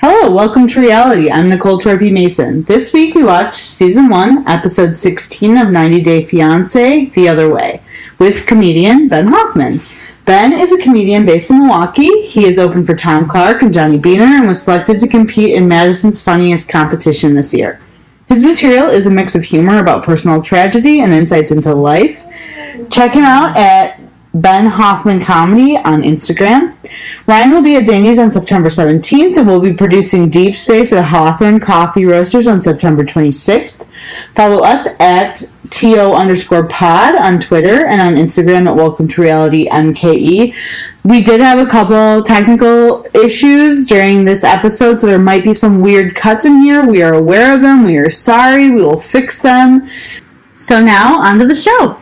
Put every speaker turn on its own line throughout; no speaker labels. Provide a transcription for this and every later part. Hello, welcome to reality. I'm Nicole Torpy Mason. This week we watched season one, episode 16 of 90 Day Fiance, The Other Way, with comedian Ben Hoffman. Ben is a comedian based in Milwaukee. He is open for Tom Clark and Johnny Beaner and was selected to compete in Madison's Funniest Competition this year. His material is a mix of humor about personal tragedy and insights into life. Check him out at Ben Hoffman Comedy on Instagram. Ryan will be at Zany's on September 17th and will be producing Deep Space at Hawthorne Coffee Roasters on September 26th. Follow us at TO underscore pod on Twitter and on Instagram at Welcome to Reality MKE. We did have a couple technical issues during this episode, so there might be some weird cuts in here. We are aware of them. We are sorry. We will fix them. So now, on to the show.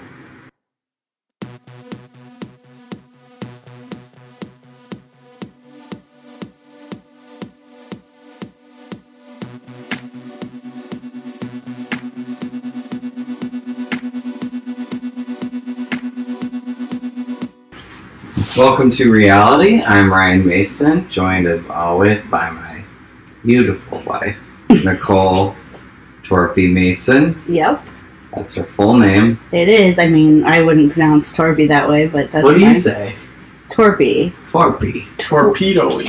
Welcome to reality. I'm Ryan Mason, joined as always by my beautiful wife, Nicole Torpy Mason.
Yep,
That's her full name.
it is. I mean, I wouldn't pronounce Torpy that way, but that's
what do you
fine.
say?
Torpy.
Torpy.
Torpedoing.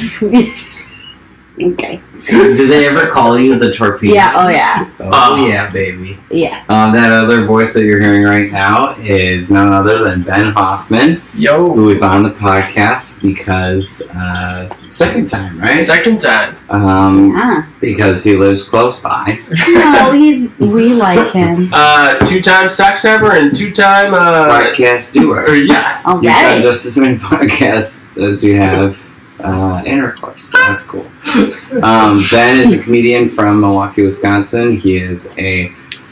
okay.
Did they ever call you the torpedo?
Yeah. Oh yeah.
Oh, yeah, baby.
Yeah.
Um, that other voice that you're hearing right now is none other than Ben Hoffman,
Yo.
who is on the podcast because uh, second time, right?
Second time.
Um,
Ah.
because he lives close by.
No, he's. We like him.
uh, two-time sex hammer and two-time. Uh,
Podcast
or,
doer.
yeah.
All
You've done
right.
just as many podcasts as you have uh, intercourse. So that's cool. Um, ben is a comedian from Milwaukee, Wisconsin. He is a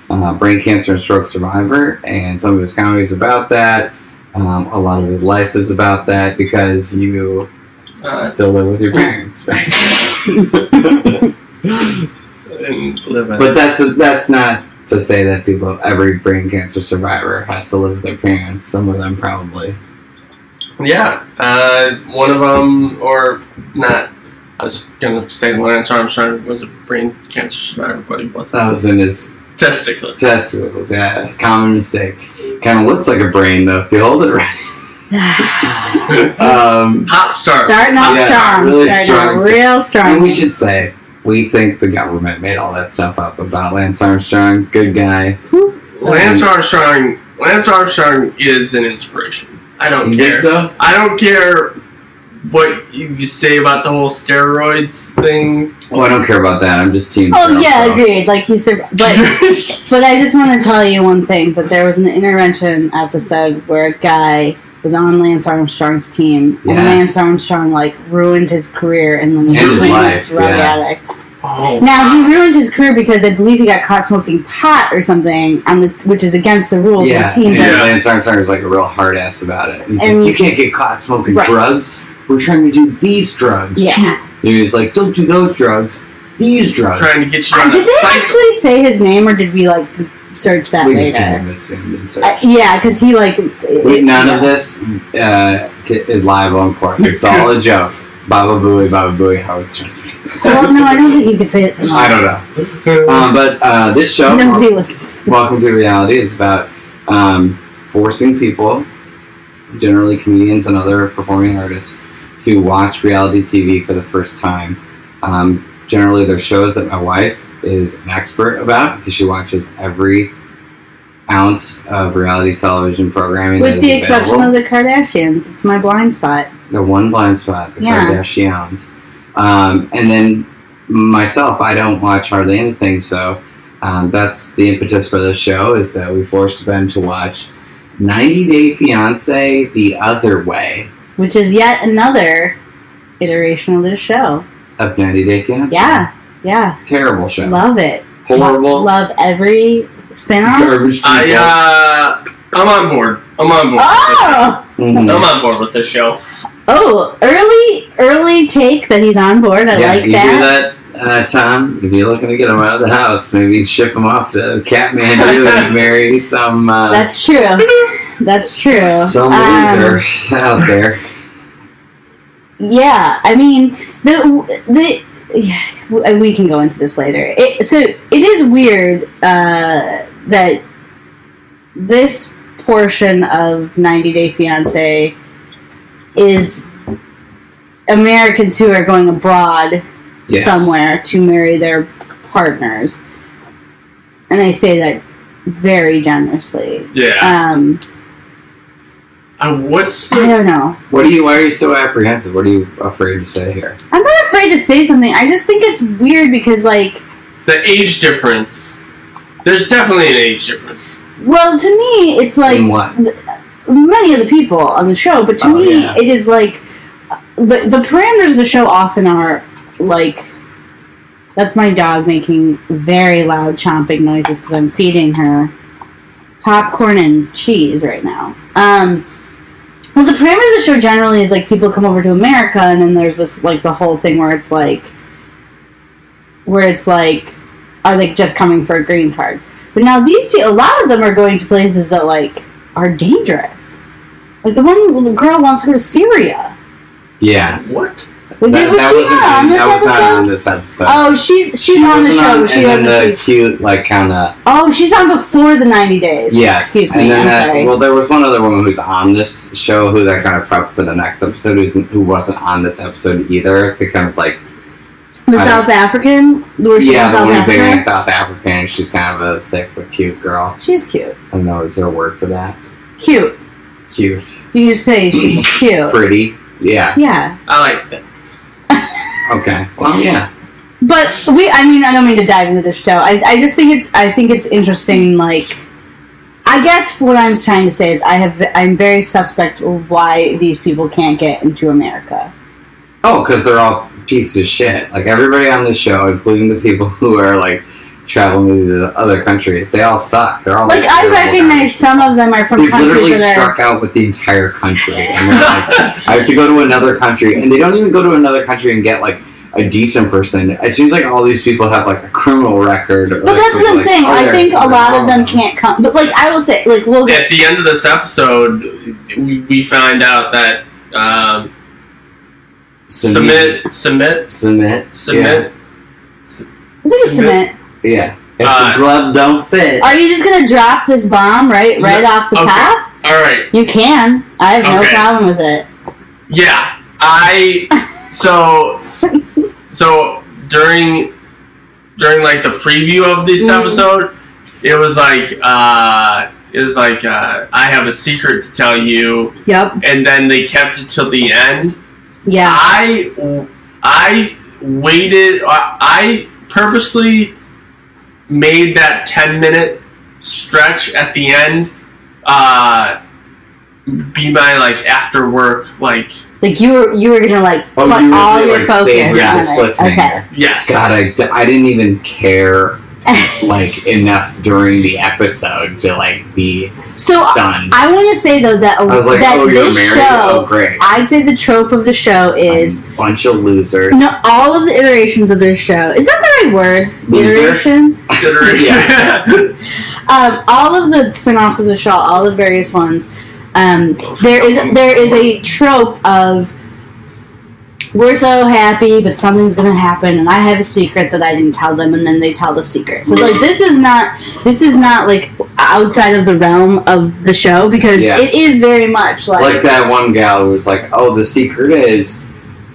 uh, brain cancer and stroke survivor, and some of his comedy is about that. Um, a lot of his life is about that because you
Uh,
still live with your parents, right?
and live it.
but that's that's not to say that people, every brain cancer survivor, has to live with their parents. Some of them probably.
yeah. Uh, one of them, or not. I was gonna say Lance Armstrong was a brain cancer survivor, but he wasn't. Uh,
That was in his
Testicular.
Testicles, yeah. Common mistake. Kind of looks like a brain, though, if you hold it right. Um,
Hot star.
starting off
Yeah,
strong.
really
starting
strong.
off real
and
strong.
we should say, we think the government made all that stuff up about Lance Armstrong. Good guy.
Lance Armstrong. Lance Armstrong is an inspiration. I don't
You
care.
think so?
I don't care what you say about the whole steroids thing.
Oh, I don't care about that. I'm just team.
Oh
Trump,
yeah,
bro.
agreed. Like he sur- but but I just want to tell you one thing. That there was an intervention episode where a guy was on Lance Armstrong's team, and Lance
Yes.
Armstrong like ruined his career, and then he
And his
became a
life,
drug
yeah.
addict.
oh,
Now he ruined his career because I believe he got caught smoking pot or something on the, which is against the rules
Yeah,
of the team.
and
Yeah.
Lance Armstrong is like a real hard ass about it. He's
And-
like, you can't get caught smoking
Right.
drugs. We're trying to do these drugs.
But yeah,
And He was like, don't do those drugs. These drugs.
trying to get you
Uh,
on
did
a
they
cycle.
actually say his name or did we like search that
we just kind
later?
of assumed and searched.
Uh, yeah, because he like
We,
it-
none of
yeah.
this uh, is live on court. It's all a joke. Baba Booey, Baba Booey, how it's
Well, no, I don't think you could say it.
I don't know. Um, but uh, this show,
Nobody listens.
Welcome to Reality, is about um, forcing people, generally comedians and other performing artists, to watch reality TV for the first time. Um, generally, they're shows that my wife is an expert about because she watches every ounce of reality television programming.
With
that is
the exception
available.
of the Kardashians, it's my blind spot.
the one blind spot, the
Yeah.
Kardashians. Um, and then myself, I don't watch hardly anything, so um, that's the impetus for this show is that we forced Ben to watch 90 Day Fiance The Other Way
Which is yet another iteration of this show.
of 90 Day Fiance.
Yeah, yeah.
Terrible show.
Love it.
Horrible.
Love every spin-off.
Garbage people.
I, uh, I'm on board. I'm on board.
Oh!
Mhm.
I'm on board with this show.
Oh, early, early take that he's on board. I
yeah,
like
you
that.
hear that, uh, Tom? If you're looking to get him out of the house, maybe ship him off to Catmandu and marry some uh,
That's true. That's true.
some
Um,
loser out there.
yeah, I mean the the yeah, w- we can go into this later. It, so it is weird uh, that this portion of 90 Day Fiance is Americans who are going abroad
Yes.
somewhere to marry their partners. And I say that very generously.
Yeah.
Um,
and what's
I don't know.
What do you? Why are you so apprehensive? What are you afraid to say here?
I'm not afraid to say something. I just think it's weird because, like,
the age difference? There's definitely an age difference.
well, to me, it's like
In what?
many of the people on the show, but to
Oh,
me,
yeah.
it is like the the parameters of the show often are like. That's my dog making very loud chomping noises because I'm feeding her popcorn and cheese right now. Um, well, the parameters of the show generally is like people come over to America, and then there's this like the whole thing where it's like, where it's like, are they just coming for a green card? But now these people, a lot of them are going to places that like are dangerous. Like the one the girl wants to go to Syria.
Yeah.
What?
We did
That,
was
that
she on
wasn't. in-
this
that was not
episode?
on this episode.
oh, she's she's on the
wasn't
show.
on-
she
and then the
wasn't.
cute, like, kind of
Oh, she's on before the ninety days.
Yes.
Excuse me.
And then
I'm
that,
sorry.
Well, there was one other woman who's on this show who that kind of prepped for the next episode who's, who wasn't on this episode either to kind of like
the
I-
South African, where she's
yeah
in
the
South
one who's
Africa.
dating a South African. She's kind of a thick but cute girl.
She's cute.
I don't know. Is there a word for that?
Cute.
Cute,
You just say she's cute.
pretty. Yeah.
Yeah.
I like that.
Okay. Well, yeah.
But we I mean, I don't mean to dive into this show. I, I just think it's I think it's interesting, like I guess what I'm trying to say is I have I'm very suspect of why these people can't get into America.
Oh, because they're all pieces of shit. Like everybody on this show, including the people who are like traveling to the other countries, they all suck. They're all
Like I
terrible
recognize
guys.
some of them are from
We've literally
countries that are
struck out with the entire country. And we're like, I have to go to another country, and they don't even go to another country and get like a decent person. It seems like all these people have like a criminal record. Or,
But
like,
that's what I'm
like,
saying.
oh,
I
they're
think a
super
lot of them
wrong.
can't come. But like I will say, like we'll get
At the end of this episode, we, we find out that um,
submit,
submit,
submit,
submit, submit.
I think it's
Submit.
cement.
Yeah, yeah. If
Uh,
the glove don't fit,
Are you just gonna drop this bomb right right
No.
off the
Okay.
top?
All right.
You can. I have no
Okay.
problem with it.
Yeah, I so so during during like the preview of this
Mhm.
episode, it was like uh, it was like uh, I have a secret to tell you,
Yep.
and then they kept it till the end.
Yeah.
I I waited. I I purposely made that ten minute stretch at the end. Uh, be my like after work like
Like you were you were gonna like
oh,
put
you
all
really,
your
like,
focus
savored the
on it. Okay.
cliffhanger.
yes
God, I, d- I didn't even care like enough during the episode to like be
So
stunned.
I want to say though that a-
I was like,
that
oh, you're
this
married. oh,
show,
great.
I'd say the trope of the show is
bunch of losers.
no all of the iterations of this show. Is that the right word?
Loser?
Iteration.
Yeah.
um, all of the spin-offs of the show, all the various ones, um, there is there is a trope of we're so happy, but something's gonna happen, and I have a secret that I didn't tell them, and then they tell the secret. So like this is not this is not like outside of the realm of the show because
Yeah.
it is very much like,
like that one gal who was like, "Oh, the secret is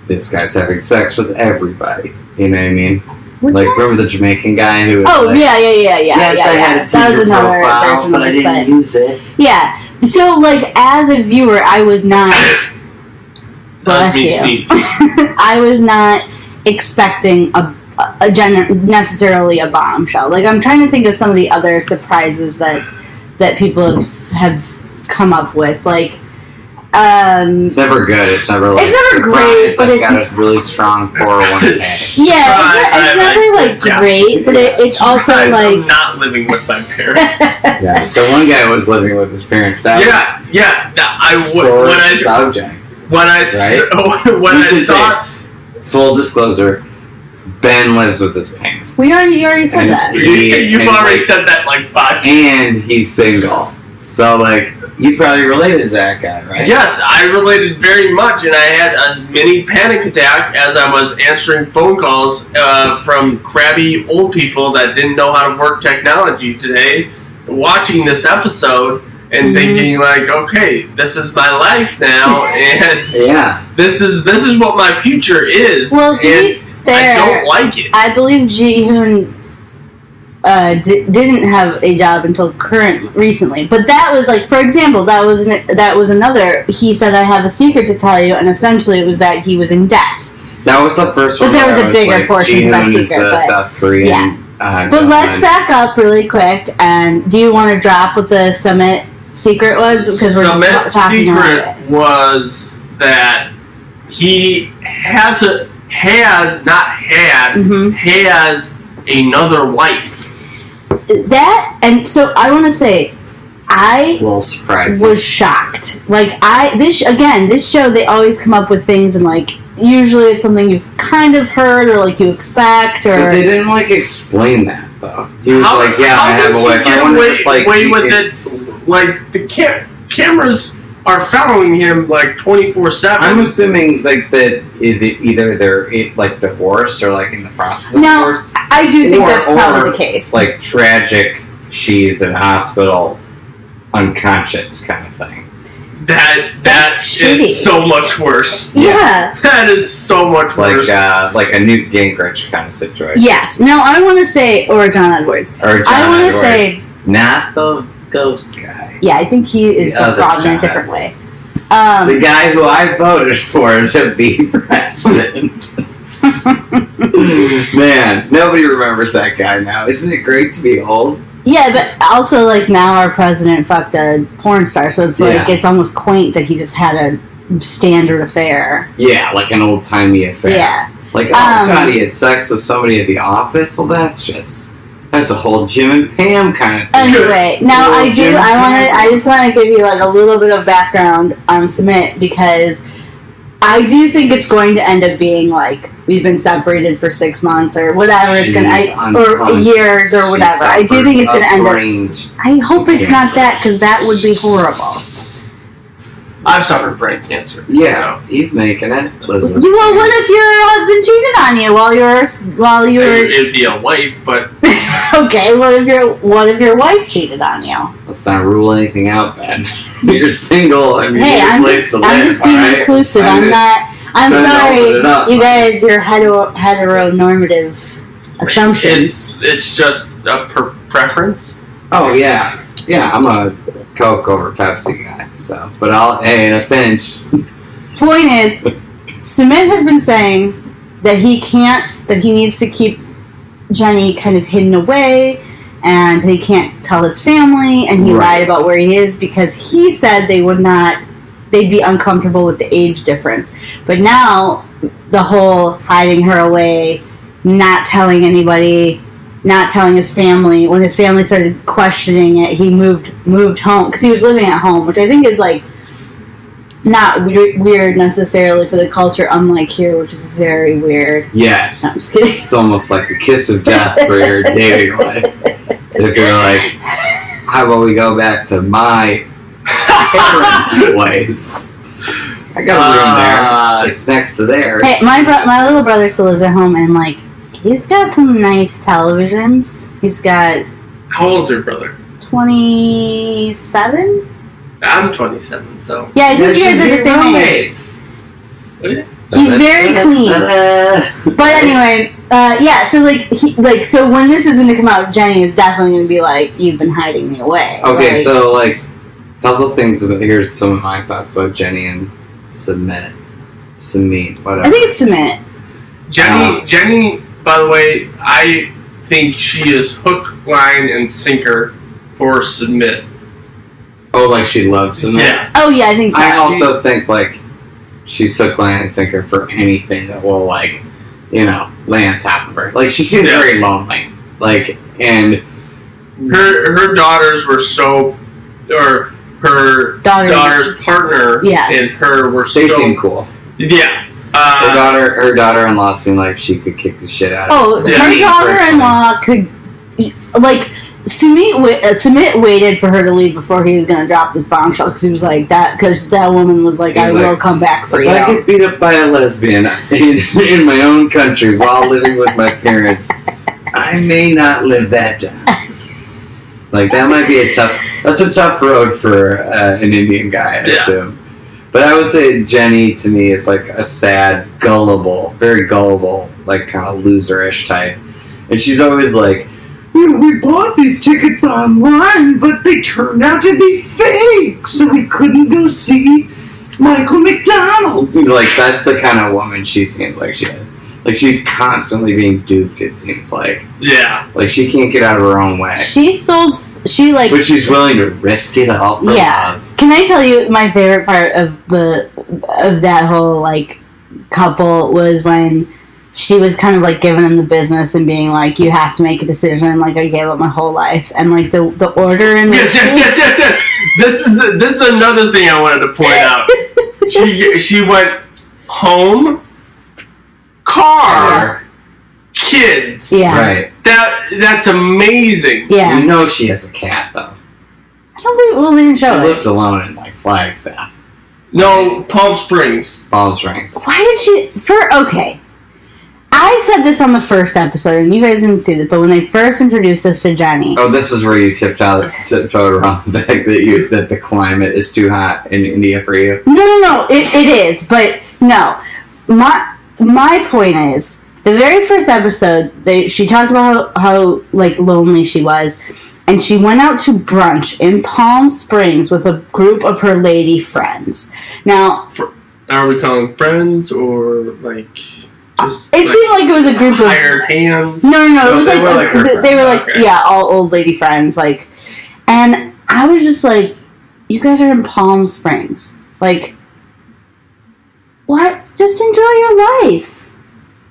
this guy's having sex with everybody." You know what I mean?
Which
like,
one?
remember the Jamaican guy who was
oh
like,
yeah yeah yeah yeah
"Yes,
yeah,
I
yeah.
had a
that was
Tinder
another
profile,
version
but
of
I
this,
didn't use it."
yeah. So like as a viewer, I was not. Bless
Let me
you.
sneeze.
I was not expecting a, a gen- necessarily a bombshell. Like I'm trying to think of some of the other surprises that that people have, have come up with. Like, um,
It's never good. It's never like
It's never great,
surprise,
but
I've
it's-
got a really strong four hundred one
yeah,
k.
it's,
Surprise,
it's
I
never
like-
like
yeah.
great, but it, it's also
I'm
like
not living with my parents.
Yeah, so one guy was living with his parents. That
yeah, yeah. that- I
was
w-
sore
when I
subjects.
when I s- when
You
I
should
saw
Full disclosure: Ben lives with his parents,
we already you already said
And-
that.
you,
Yeah,
you've
and
already
like-
said that like five. times.
and he's single. So like, You probably related to that guy, right?
Yes, I related very much, and I had as many panic attack as I was answering phone calls uh, from crabby old people that didn't know how to work technology today, watching this episode
Mhm.
and thinking like, okay, this is my life now, and
Yeah.
this is this is what my future is.
Well, to
and
be
I
fair,
don't like it.
I believe Ji Hoon uh, di- didn't have a job until current recently. But that was like, for example, that was an, that was another. He said, "I have a secret to tell you," and essentially it was that he was in debt.
That was the first
But
one.
there
where
was a
I
bigger
like,
portion of
Jihoon
that
is
secret,
the
but-
South Korean.
Yeah.
Uh,
But let's
government.
back up really quick. And do you want to drop what the summit secret was? Because we're
Summit
just ta- talking about it.
secret was that he has a has not had
hmm
has another wife.
That and so I want to say, I
Well, surprise.
was shocked. Like I this again, this show they always come up with things and like usually it's something you've kind of heard or like you expect
But
or
they didn't like explain that though. He was
How-
like, "Yeah,
how
I have
does
a
he
wife."
get
I wonder
away-
if, like,
away
he
with
is-
Like the cam- cameras are following him like twenty four
I'm
seven.
assuming like that eith- either they're eh, like divorced or like in the process of
No.
divorce.
I do think
Or-
that's
or-
probably the case.
Like tragic, she's in hospital, unconscious kind of thing.
That that
That's shitty.
is so much worse.
yeah.
Yeah.
That is so much
Like
worse.
uh, like a Newt Gingrich kind of situation.
Yes. Now I wanna say or John Edwards.
Or John
I wanna
Edwards.
say-
not the ghost guy.
Yeah, I think he is
The
just
other
fraud in a
John
different way. Um
the guy who I voted for to be president. Man, nobody remembers that guy now. Isn't it great to be old?
Yeah, but also like now our president fucked a porn star, so it's like
Yeah.
it's almost quaint that he just had a standard affair.
Yeah, like an old timey affair.
Yeah.
Like, oh
Um,
god, he had sex with somebody at the office. Well, that's just that's a whole Jim and Pam kind of thing.
Anyway, now
Little
I do.
Jim
I want to.
Cameron.
I just want to give you like a little bit of background on Submit because I do think it's going to end up being like we've been separated for six months or whatever it's gonna
She's
I, or
unconscious.
years or
She
whatever. I do
suffered
think it's
a
gonna end up.
brain
I hope it's not
cancer.
that because that would be horrible.
I've suffered brain cancer.
Yeah, he's making it.
You,
Listen.
well, what if your husband cheated on you while you're while
So
you're
it, would be a wife, but
okay? What if your what if your wife cheated on you?
Let's not rule anything out, Ben. You're single. I mean,
Hey,
you're
I'm just,
place to
I'm
live,
just being
all right?
inclusive. I'm
Send it-
not. I'm
send it all it up.
sorry, you guys. Your hetero heteronormative assumptions.
it's it's just a per- preference.
Oh yeah, yeah. I'm a Coke over Pepsi guy. So, but I'll hey in a pinch.
Point is, Sumit has been saying that he can't. That he needs to keep Jenny kind of hidden away, and he can't tell his family. And he
Right.
lied about where he is because he said they would not. They'd be uncomfortable with the age difference. But now the whole hiding her away, not telling anybody, not telling his family. When his family started questioning it, he moved moved home because he was living at home, which I think is like not weird, weird necessarily for the culture, unlike here, which is very weird. No, I'm
Yes,
just kidding.
it's almost like the kiss of death for your dating life. If you're like, how about we go back to my parents' place? I got a room
Uh,
there. It's next to theirs.
Hey, my bro- my little brother still lives at home, and like he's got some nice televisions. He's got
How old's your brother?
twenty seven.
I'm 27, so
Yeah, I think
There
you guys
should
are the
be
same age.
roommates.
He's very clean.
clean.
But anyway, uh, yeah. So like, he, like, so when this is gonna come out, Jenny is definitely gonna be like, "You've been hiding me away."
Okay,
Like,
so like a couple things about here's some of my thoughts about Jenny and Submit. Submit, whatever.
I think it's Submit.
Jenny, Jenny, by the way, I think she is hook, line, and sinker for submit.
oh, like she loves Submit.
Yeah,
Oh yeah, I think so.
I also think like she's hook, line, and sinker for anything that will like, you know, lay on top of her. Like she seems
Yeah.
very lonely. Like and
her her daughters were so, or her
Daughter.
daughter's partner
Yeah.
and her were so
they seem cool.
yeah.
Her
Uh,
daughter, her daughter-in-law seemed like she could kick the shit out. of
Oh,
Yeah.
her
Me,
daughter-in-law could like Sumit, wa- uh, Sumit waited for her to leave before he was going to drop this bombshell because he was like that because that woman was like,
He's
"I
like,
will come back for
If
you."
I get beat up by a lesbian in, in my own country while living with my parents, I may not live that down. Like that might be a tough. That's a tough road for uh, an Indian guy, I
Yeah.
assume. But I would say Jenny to me is like a sad, gullible, very gullible, like kind of loserish type, and she's always like. "You know, We bought these tickets online, but they turned out to be fake, so we couldn't go see Michael McDonald. Like that's the kind of woman she seems like she is. Like she's constantly being duped. It seems like
Yeah.
like she can't get out of her own way,
she sold. s- She like.
but she's willing to risk it all for
Yeah. Can I tell you my favorite part of the of that whole like couple was when she was kind of like giving him the business and being like, "You have to make a decision." Like I gave up my whole life, and like the the order in which
Yes, yes, yes, yes, yes. This is this is another thing I wanted to point out. she she went home, car,
love.
kids.
yeah,
Right.
That that's amazing.
yeah.
You know she has a cat though.
I don't believe well they didn't
She
show it.
lived alone in like Flagstaff,
No, Palm Springs.
Palm Springs.
Why did she for okay? I said this on the first episode, and you guys didn't see this, but when they first introduced us to Jenny,
Oh, this is where you tipped out, tiptoed around the fact that you that the climate is too hot in India for you.
No, no, no. It, it is, but no. My my point is the very first episode. They she talked about how, how like lonely she was, and she went out to brunch in Palm Springs with a group of her lady friends. Now
Are we calling friends or like just
it seemed like it was a group of
hired hands?
No, no, no.
No,
It was
Oh, they
like,
were
a-
like her
th- they were like
friends. Okay.
yeah, all old lady friends. Like, and I was just like, you guys are in Palm Springs. Like, what? Just enjoy your life.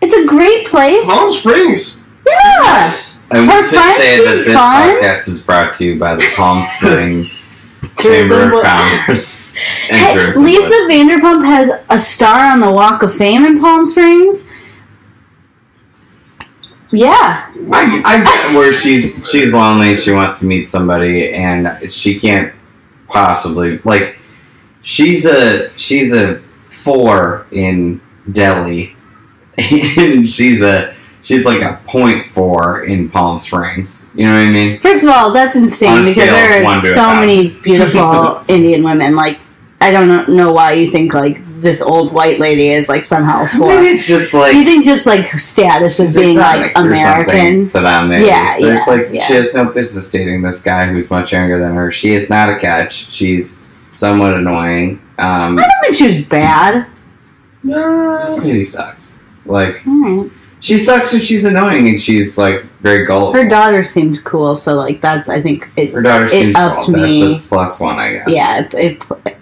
It's a great place.
Palm Springs.
Yeah.
Yes.
And
Her
we should
friends
say that
seem
this
fun.
podcast is brought to you by the Palm Springs
Tourism
Chamber
will-
of Commerce. and
Hey,
Tourism
Lisa
Board.
Vanderpump has a star on the Walk of Fame in Palm Springs. Yeah,
I, I get where she's she's lonely. She wants to meet somebody, and she can't possibly like. She's a she's a four in Delhi, and she's a she's like a point four in Palm Springs. You know what I mean?
first of all, that's insane
On a
because
scale of
there
one
are
to a
so
thousand.
many beautiful Indian women. Like, I don't know why you think like this old white lady is like somehow for.
Maybe it's just like
you think just like her status of
she's
being
exotic
like
or something
American?
to them. Maybe.
Yeah,
There's
yeah,
like
yeah.
she has no business dating this guy who's much younger than her. She is not a catch. She's somewhat annoying. Um,
I don't think she was bad.
This lady sucks. Like
Alright.
she sucks and she's annoying and she's like very gullible.
Her daughter seemed cool, so like that's I think it.
Her daughter seems
upped
gullible.
me.
That's a plus one, I guess.
Yeah, it, it-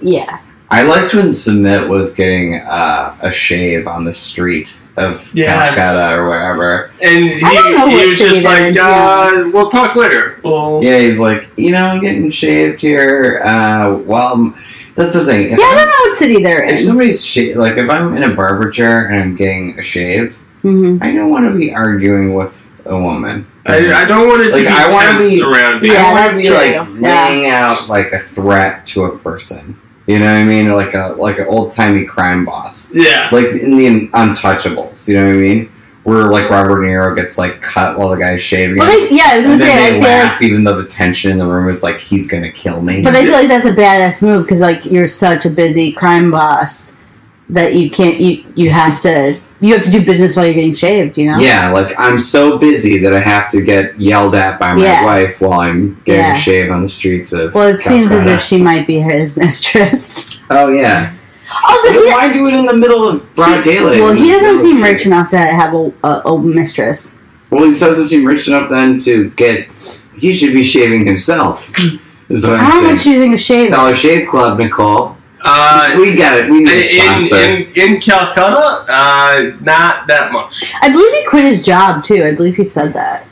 yeah.
I liked when Submit was getting uh, a shave on the street of
Yes.
Calcutta or wherever.
And he,
I don't know what
he was
city
just
they're in,
like,
to be
uh,
honest.
we'll talk later. Well,
Yeah, he's like, you know, I'm getting shaved here. Uh, well, that's the thing. If
Yeah, I
I'm-
don't know what city they're
if
in.
somebody's sha- like, if I'm in a barber chair and I'm getting a shave,
hmm
I don't want to be arguing with a woman.
I, I don't want it to
Like,
be
I wanna
tense
be-
around me.
Yeah,
I wanna
that's
be
true.
like
Yeah.
laying out like a threat to a person. You know what I mean? Like a like an old timey crime boss,
Yeah.
like in the Untouchables. You know what I mean? Where like Robert De Niro gets like cut while the guy's shaving.
But like, yeah, I was gonna
and then
say I
they
feel
laugh,
like,
even though the tension in the room is like he's gonna kill me.
but I feel like that's a badass move because like you're such a busy crime boss that you can't you you have to you have to do business while you're getting shaved. You know.
yeah, like I'm so busy that I have to get yelled at by my
Yeah.
wife while I'm getting
Yeah.
a shave on the streets of.
Well, it seems as
Calcutta.
if she might be his mistress.
Oh yeah.
Also, he,
why do it in the middle of broad daylight?
well, he doesn't seem
Shave.
rich enough to have a, a, a mistress.
Well, he doesn't seem rich enough then to get. He should be shaving himself. Is what
How
I'm
much
saying.
do you think a shave?
Dollar Shave Club, Nicole.
Uh,
we got it. We need a sponsor.
in, in, in Calcutta, uh, not that much.
I believe he quit his job too. I believe he said that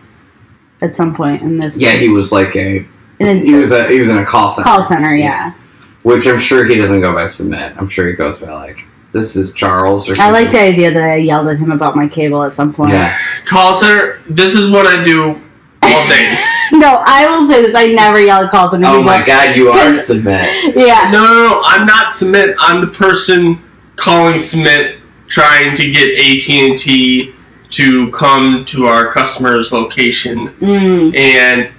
at some point in this.
yeah, he was like a.
in a
He was a. He was in a call center.
call center. Yeah,
Which I'm sure he doesn't go by Submit. I'm sure he goes by like this is Charles or. Something.
I like the idea that I yelled at him about my cable at some point.
Yeah,
Call center, this is what I do all day.
No, I will say this. I never yell at calls on
Oh
people.
my god, you are
Because-
submit.
Yeah.
No, no, no. I'm not Submit. I'm the person calling Submit, trying to get AT and T to come to our customer's location,
Mm.
and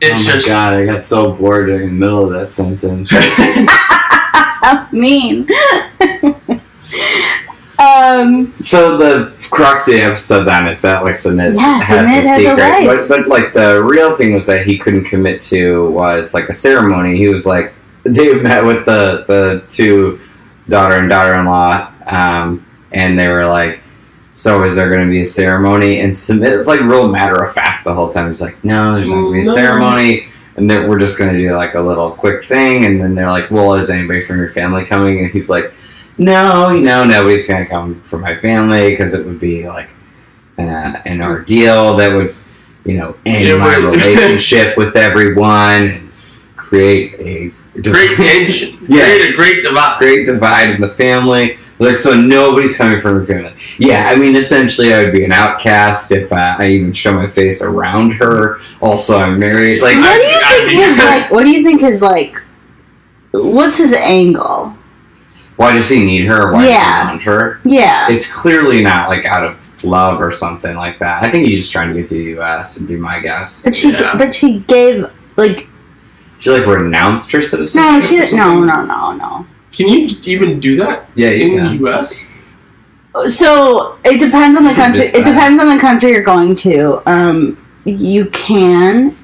it's
oh my
just
god, I got so bored during the middle of that sentence.
How mean. um.
so the crux of the episode then is that like Submit
Yeah,
has
Sumit
the
has a
secret.
right.
But, but like the real thing was that he couldn't commit to was like a ceremony. He was like they met with the the two daughter and daughter in law, um, and they were like, So is there gonna be a ceremony? And Submit it's like real matter of fact the whole time. He's like, No, there's not gonna be a
No.
ceremony and then we're just gonna do like a little quick thing and then they're like, Well, is anybody from your family coming? And he's like no, no, nobody's gonna come for my family because it would be like uh, an ordeal that would, you know, end
It
my
would.
relationship with everyone, and create a
great. Create,
Yeah.
create a great divide.
great divide in the family. Like, so nobody's coming from your family. Yeah, I mean, essentially, I would be an outcast if uh, I even show my face around her. Also, I'm married. Like,
What do you
I-
think
I-
his like? What do you think his like? What's his angle?
why does he need her? Why
Yeah.
does he want her?
Yeah.
It's clearly not like out of love or something like that. I think he's just trying to get to the U.S. would be my guess.
But she.
Yeah.
But she gave like.
She like renounced her citizenship.
No,
or
she. No,
something?
no, no, no.
Can you even do that
Yeah,
in
you can.
the U.S.?
So it depends on the
You can
country.
just
It
buy.
depends on the country you're going to. Um, you can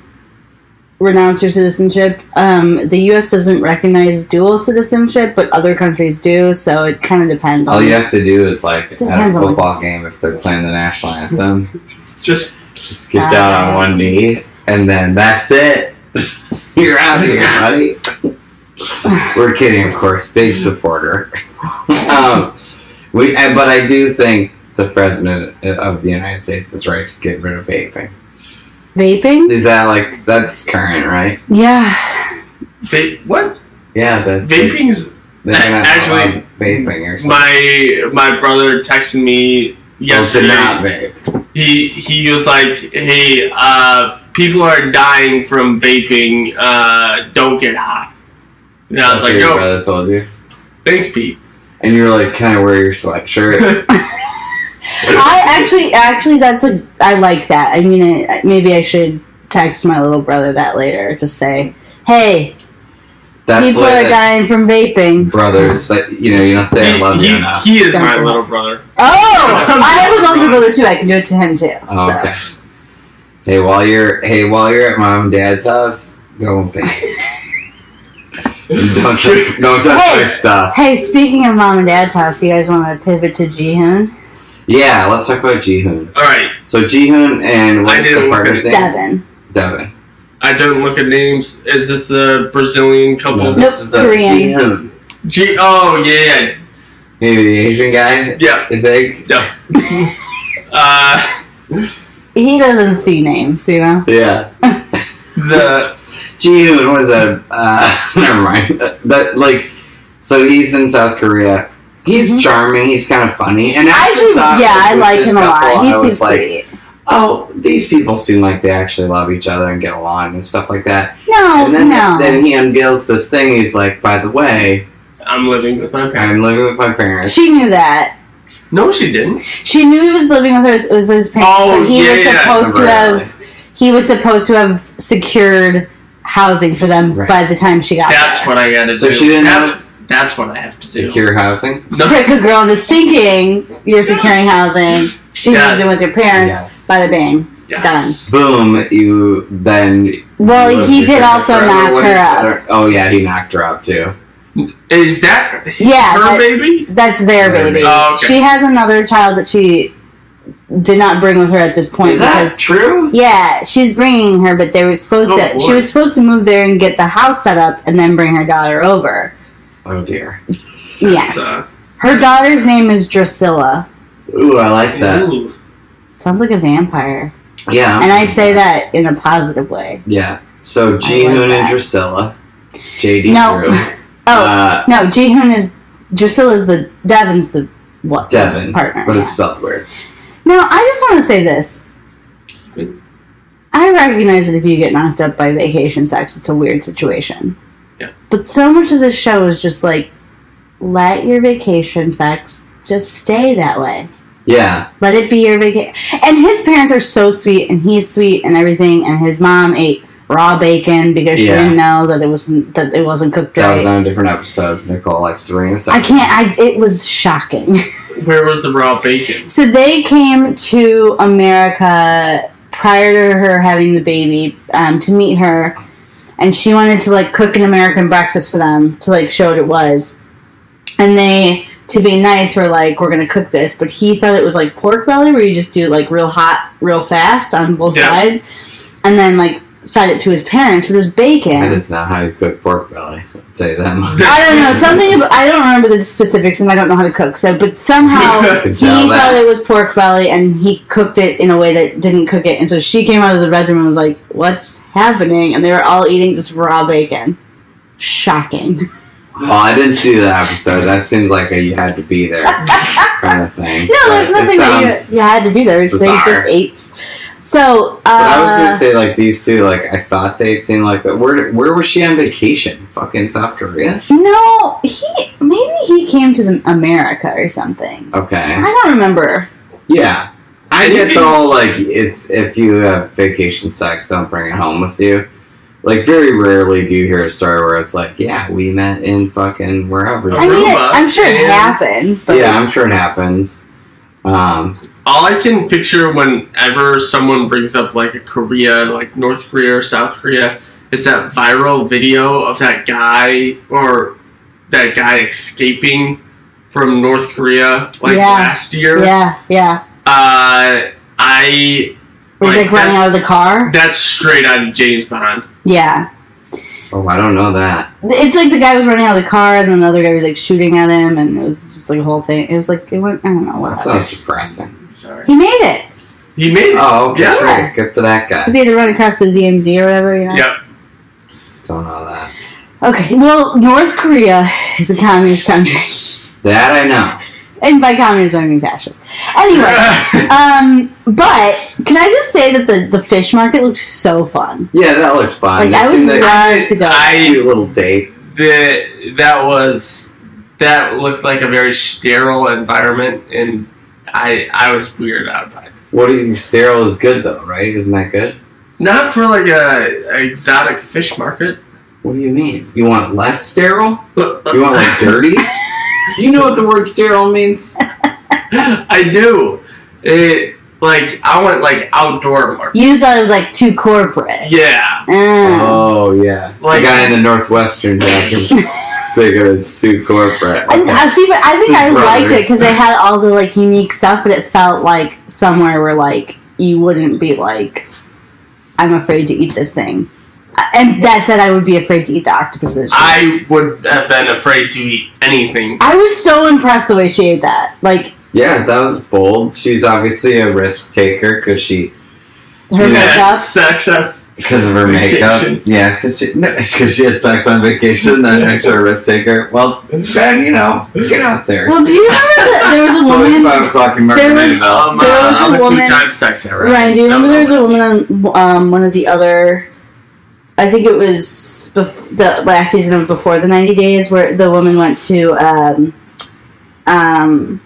renounce your citizenship. Um, the U.S. doesn't recognize dual citizenship, but other countries do. So it kind of depends.
All
on
Oh, you have to do is like at a
Depends on-
football game if they're playing the national anthem,
Just
just get down on one knee, and then that's it. You're out of here, buddy. We're kidding, of course. Big supporter. um, we, and- but I do think the president of the United States is right to get rid of vaping.
vaping.
Is that like that's current, right?
Yeah.
va- what
Yeah, that's
vaping's
They're not
Actually,
allowed vaping or something.
My my brother texted me
Well, to Oh, not
yesterday.
vape.
He he was like, "Hey, uh, people are dying from vaping. Uh, don't get high." And I was like,
your
"Yo,
brother told you.
thanks, Pete."
And you were like, "Can I wear your sweatshirt?"
I actually, actually, that's a. I like that. I mean, it, maybe I should text my little brother that later. Just say, "Hey,
That's
people
what
are dying from vaping."
brothers. Like, you know, you don't say I
He-
love
he,
you enough.
he is my
Duncan.
little brother.
Oh, I have a younger brother too. I can do it to him too.
Oh,
so.
okay. Hey, while you're hey while you're at mom and dad's house, don't vape. don't touch, don't touch my
Hey.
stuff.
Hey, speaking of mom and dad's house, you guys want to pivot to Jihoon?
Yeah, let's talk about Jihoon.
All right,
So Jihoon and
I
what's
didn't
the
look
partner's
at
name?
Devin.
Devin.
I don't look at names. Is this the Brazilian couple?
No, this is the
Korean.
Jihoon.
G- oh yeah,
Maybe the Asian guy.
yeah, yeah.
I think.
Uh,
He doesn't see names, you know.
Yeah.
the
Jihoon was a uh, never mind. But like, so he's in South Korea. He's
Mhm.
charming. He's kind of funny. And
I
actually
actually,
thought
yeah,
with
I like
this
him a lot.
couple,
He
I
seems
was like,
sweet.
oh, these people seem like they actually love each other and get along and stuff like that.
No,
and then
Oh, no.
then he unveils this thing. He's like, by the way,
I'm living with my parents.
I'm living with my parents.
she knew that.
No, she didn't.
She knew he was living with her with his parents,
Oh,
but he
yeah,
was
yeah,
supposed to
Right.
have he was supposed to have secured housing for them
Right.
by the time she got
That's
there.
what I had to
So
do.
she didn't
that's, that's what I have to do.
Secure housing.
No.
Trick a girl into thinking you're securing housing. She
Yes.
lives in with your parents.
Yes.
By the bang,
Yes.
Boom! You then.
Well,
you live
he
with
did
your
also
brother.
knock
What
her
is
up.
that? Oh yeah, he knocked her up too.
Is that
Yeah,
her
that-
baby?
that's their
Their
baby.
baby.
Oh, okay.
She has another child that she did not bring with her at this point
Is that
because
true?
yeah, she's bringing her, but they were supposed
Oh,
to.
boy.
She was supposed to move there and get the house set up, and then bring her daughter over.
Oh dear.
Yes,
So-
her daughter's name is Drusilla.
Ooh, I like that.
Ooh.
Sounds like a vampire,
Yeah. I'm-
and I say that in a positive way.
Yeah. So Ji
like
Hoon and
that.
Drusilla. JD
No.
Drew.
Oh
Uh,
no, Jihoon is Drusilla's the Devin's the what
Devin.
partner?
But
yeah.
it's spelled weird.
Now, I just want to say this. I recognize that if you get knocked up by vacation sex, it's a weird situation.
Yeah.
But so much of this show is just like, let your vacation sex just stay that way.
Yeah.
Let it be your vacation. And his parents are so sweet, and he's sweet, and everything. And his mom ate raw bacon because she
Yeah.
didn't know that it wasn't that it wasn't cooked
That was
right.
on a different episode. Nicole like Serena said.
I can't. I it was shocking.
Where was the raw bacon?
So they came to America prior to her having the baby um, to meet her, and she wanted to like cook an American breakfast for them to like show what it was. And they, to be nice, were like, "We're gonna cook this," but he thought it was like pork belly, where you just do it like real hot, real fast on both
Yeah.
sides, and then like fed it to his parents, but it was bacon.
That is not how you cook pork belly. I'll tell you that much.
I don't know something. About, I don't remember the specifics, and I don't know how to cook. So, but somehow
I
he
could tell
thought
that.
it was pork belly, and he cooked it in a way that didn't cook it. And so she came out of the bedroom and was like, "What's happening?" And they were all eating just raw bacon. Shocking.
Well, Oh, I didn't see that episode. That seems like a you had to be there kind of thing.
No, there's
But it
nothing that
sounds-
you, you had to be there. They
bizarre.
just ate. So, uh,
But I was gonna say like these two. Like I thought they seemed like that. Where where was she on vacation? Fucking South Korea.
no, he maybe he came to the, America or something. I
Okay.
don't remember.
Yeah. I
And
get
if
the
you-
whole like it's if you have vacation sex, don't bring it home with you. Like very rarely do you hear a story where it's like, yeah, we met in fucking wherever.
I mean, it,
Aruba
I'm sure it
and-
happens, but
yeah, I'm sure it happens. Um,
All I can picture whenever someone brings up like a Korea, like North Korea or South Korea, is that viral video of that guy or that guy escaping from North Korea like
Yeah.
last year.
yeah, yeah.
Uh, I
Was
Like,
like running
that's-
out of the car?
that's straight out of James Bond.
Yeah.
oh, I don't know that.
It's like the guy was running out of the car and then the other guy was like shooting at him and it was just like a whole thing. It was like it went I don't know
That
what.
sounds depressing.
Sorry,
He made it.
he made it.
Oh, okay,
Yeah.
great. Good for that guy.
Because he had to run across the DMZ or whatever, you know?
Yep.
Don't know that.
Okay. Well, North Korea is a communist country.
That I know.
and by communist I mean fascist. Anyway. um but can I just say that the, the fish market looked so fun.
Yeah, that looks fun.
Like I
It
would
seemed like
love to go.
a
I
cute little date.
the, that was that looked like a very sterile environment, and I I was weirded out by it.
What do you? Sterile is good though, right? Isn't that good?
Not for like a, a exotic fish market.
What do you mean? You want less sterile? You
You
want like dirty? do you know what the word sterile means?
I do. It like I want like outdoor market.
you thought it was like too corporate.
Yeah,
Mm.
Oh yeah,
Like-
the guy in the northwestern jacket was thinking it's too corporate.
And uh,
Okay.
I see, but I think
Two
I liked it
brothers.
because they had all the like unique stuff, but it felt like somewhere where like you wouldn't be like, I'm afraid to eat this thing, Uh, and that said, I would be afraid to eat the octopuses.
I would have been afraid to eat anything.
I was so impressed the way she ate that. Like
Yeah, that was bold. She's obviously a risk taker because she
her
Yeah.
That's
makeup.
sex. I-
because of her makeup.
Vacation.
Yeah, because she because she had sex on vacation. That makes her a risk taker. Well, Ben, you know, get out there.
Well, do you remember that there was a
it's always five
woman?
o'clock in
there was-
Margaritaville.
Um,
There was
I'm
a woman-
two-time sex addict.
Ryan, do you remember there was a woman on um, one of the other? I think it was bef- the last season of Before the Ninety Days, where the woman went to, um, um,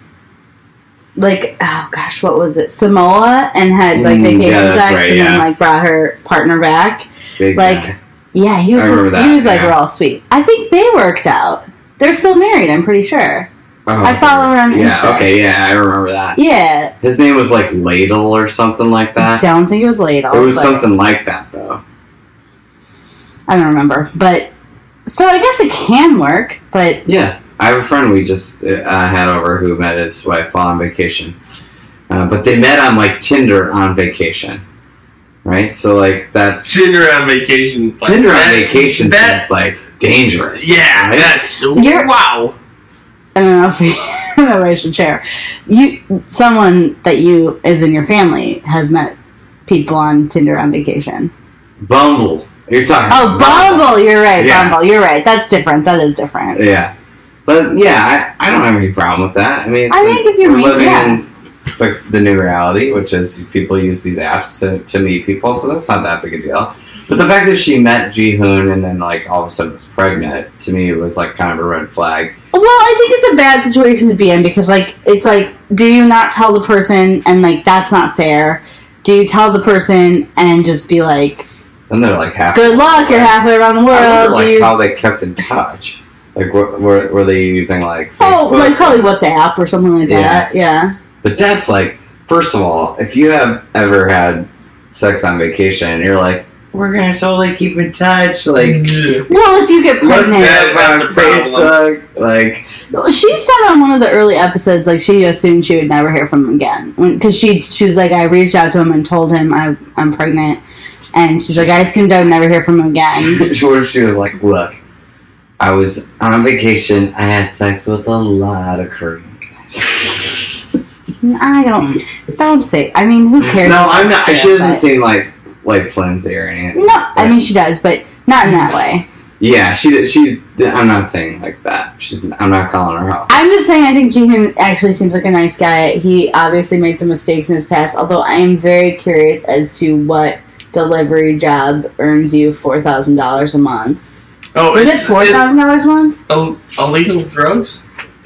like oh gosh, what was it, Samoa, and had like
Mm,
vacation
yeah, that's
sex,
right,
and then
yeah.
like brought her partner back.
Big
like-
guy.
Yeah, he was.
I remember
just- he
that,
was like,
yeah.
we're all sweet. I think they worked out. They're still married, I'm pretty sure.
Oh,
I follow her on
Yeah,
Insta.
okay, yeah, I remember that.
Yeah,
His name was like Ladle or something like that.
don't think it was late.
It was something like that though.
I don't remember, but so I guess it can work, but
Yeah, I have a friend we just uh, had over who met his wife while on vacation, uh, but they met on like Tinder on vacation, right? So like that's
Tinder on vacation. Like,
Tinder
that-
on vacation
That
seems like dangerous.
Yeah,
right?
that's
You're-
wow.
I don't know if I don't know if I should share. You, someone that you is in your family has met people on Tinder on vacation.
Bumble. You're talking.
Oh,
about
Bumble. You're right.
Yeah.
Bumble. You're right. That's different. That is different.
Yeah, but yeah, I, I don't have any problem with that. I mean, it's
I
like
think if you're
we're
mean-
living
yeah.
in like the new reality, which is people use these apps to, to meet people, so that's not that big a deal. But the fact that she met Ji Hoon and then like all of a sudden was pregnant to me was like kind of a red flag.
Well, I think it's a bad situation to be in because, like, it's like, do you not tell the person and, like, that's not fair? Do you tell the person and just be like,
And they're like half.
good luck, you're halfway around the
I wonder,
world?
like
do you-
how they kept in touch. Like were, were, were they using like
oh,
Facebook?
like, probably WhatsApp or something like that. Yeah.
But that's like, first of all, if you have ever had sex on vacation, and you're like, we're gonna totally keep in touch. Like,
Mm-hmm.
Well, if you get
look
pregnant.
that-
at my
That's a
Facebook. Like,
She said on one of the early episodes, like she assumed she would never hear from him again, because she she was like, I reached out to him and told him I, I'm pregnant, and she's like, I assumed I would never hear from him again.
what if she was like, look, I was on vacation. I had sex with a lot of Korean guys.
I don't don't say. I mean, who cares?
no, I'm not.
That's
She
fair,
doesn't
but-
seem like like flimsy or anything.
No, I mean she does, but not in that way.
Yeah, she she. I'm not saying like that. She's. I'm not calling her out.
I'm just saying. I think Jihoon actually seems like a nice guy. He obviously made some mistakes in his past. Although I am very curious as to what delivery job earns you four thousand dollars a month.
Oh,
Is it
it's,
four thousand dollars a month?
it's Ill- illegal drugs?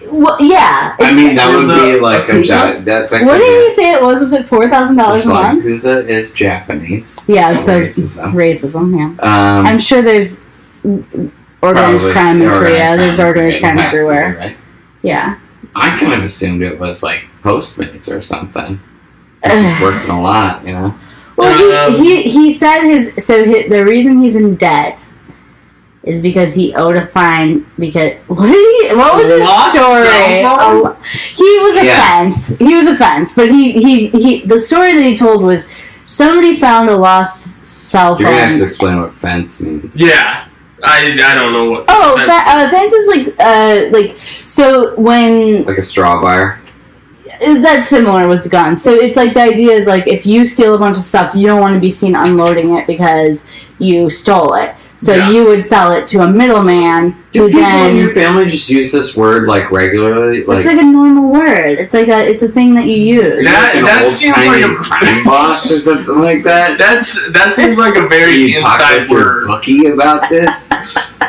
Well, yeah.
I
it's-
mean, that would be
the-
like a
Yakuza?
job. That, that
what
could be
did he say it was? Was it four thousand dollars a
Which
month?
Yakuza is Japanese.
Yeah. So
Racism.
racism. Yeah.
Um,
I'm sure there's mm, organized
probably
crime in
organized
Korea. There's
crime in
organized
Korea.
crime
It has to be,
everywhere.
right?
Yeah.
I kind of assumed it was like Postmates or something. He's
Ugh.
working a lot, you know.
Well,
Um,
he, he, he said his so hi the reason he's in debt is because he owed a fine because what did he, what was his
Lost
story?
cell phone?
A lo- he was a
Yeah.
fence. He was a fence, but he, he he the story that he told was somebody found a lost cell
You're gonna have to
phone.
explain what fence means.
Yeah. I, I don't know what.
Oh, fe-
that-
uh, fence is like uh like so when
Like a straw buyer.
that's similar with guns. So it's like the idea is like if you steal a bunch of stuff, you don't want to be seen unloading it because you stole it. So
Yeah.
you would sell it to a middleman
Do
who
people in
then
your family just use this word like regularly? Like,
it's like a normal word. It's like a it's a thing that you use.
That-
an old
seems
timey
like a-
crime boss or something like that.
That's that seems like a very
You talk
inside
with your
word.
bookie about this.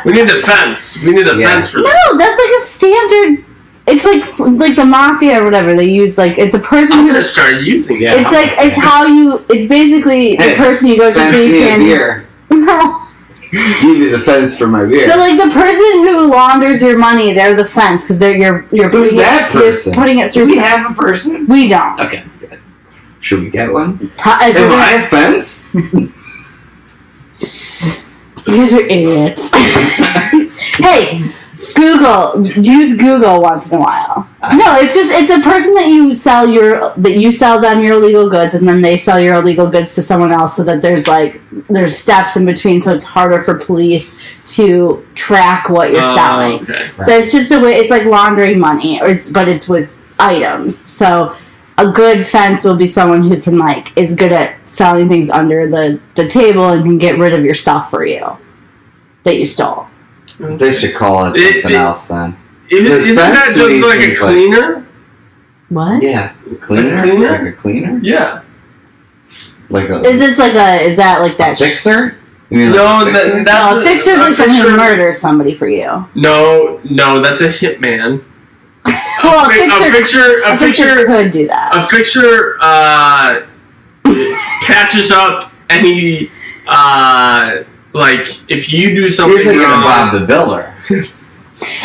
We need a fence. We need a
Yeah.
fence for this.
No, that's like a standard. It's like like the mafia or whatever they use. Like it's a person
I'm
who.
gonna start using
Yeah.
it.
It's like it's how you. It's basically the
Hey,
person you go to
fence
so you
me a
can.
beer. Give me the fence for my beer.
So like the person who launders your money, they're the fence because they're you're you're
Who's
putting
that
it, you're
person?
putting it through.
Do we
some-
have a person?
we don't.
Okay, good. Should we get one?
Pro- if we're
Am
gonna-
I a fence?
you guys are idiots. hey, Google. Use Google once in a while. No, it's just it's a person that you sell your that you sell them your illegal goods and then they sell your illegal goods to someone else so that there's like there's steps in between so it's harder for police to track what you're
Uh,
Oh,
selling.
okay.
So it's just a way. It's like laundering money, or it's but it's with items. So a good fence will be someone who can like is good at selling things under the the table and can get rid of your stuff for you that you stole.
They should call it
It-
something
it-
else then.
It,
Does
isn't that
fence
just
mean
like a
things like-
cleaner?
What is
Yeah, cleaner,
A cleaner?
like a cleaner,
Yeah.
like a
this like a? Is that like that? sh-
fixer. You mean
No,
like a fixer?
that, that's
No, a fixer's like someone who
fixer-
murders somebody for you.
No, no, that's a hitman.
Well, a
fi-
fixer-
a
A
fixer, a
fixer
fixer,
could do that.
a fixer uh, catches up any uh, like if you do
you're
something
thinking of
wrong.
Bob the Builder.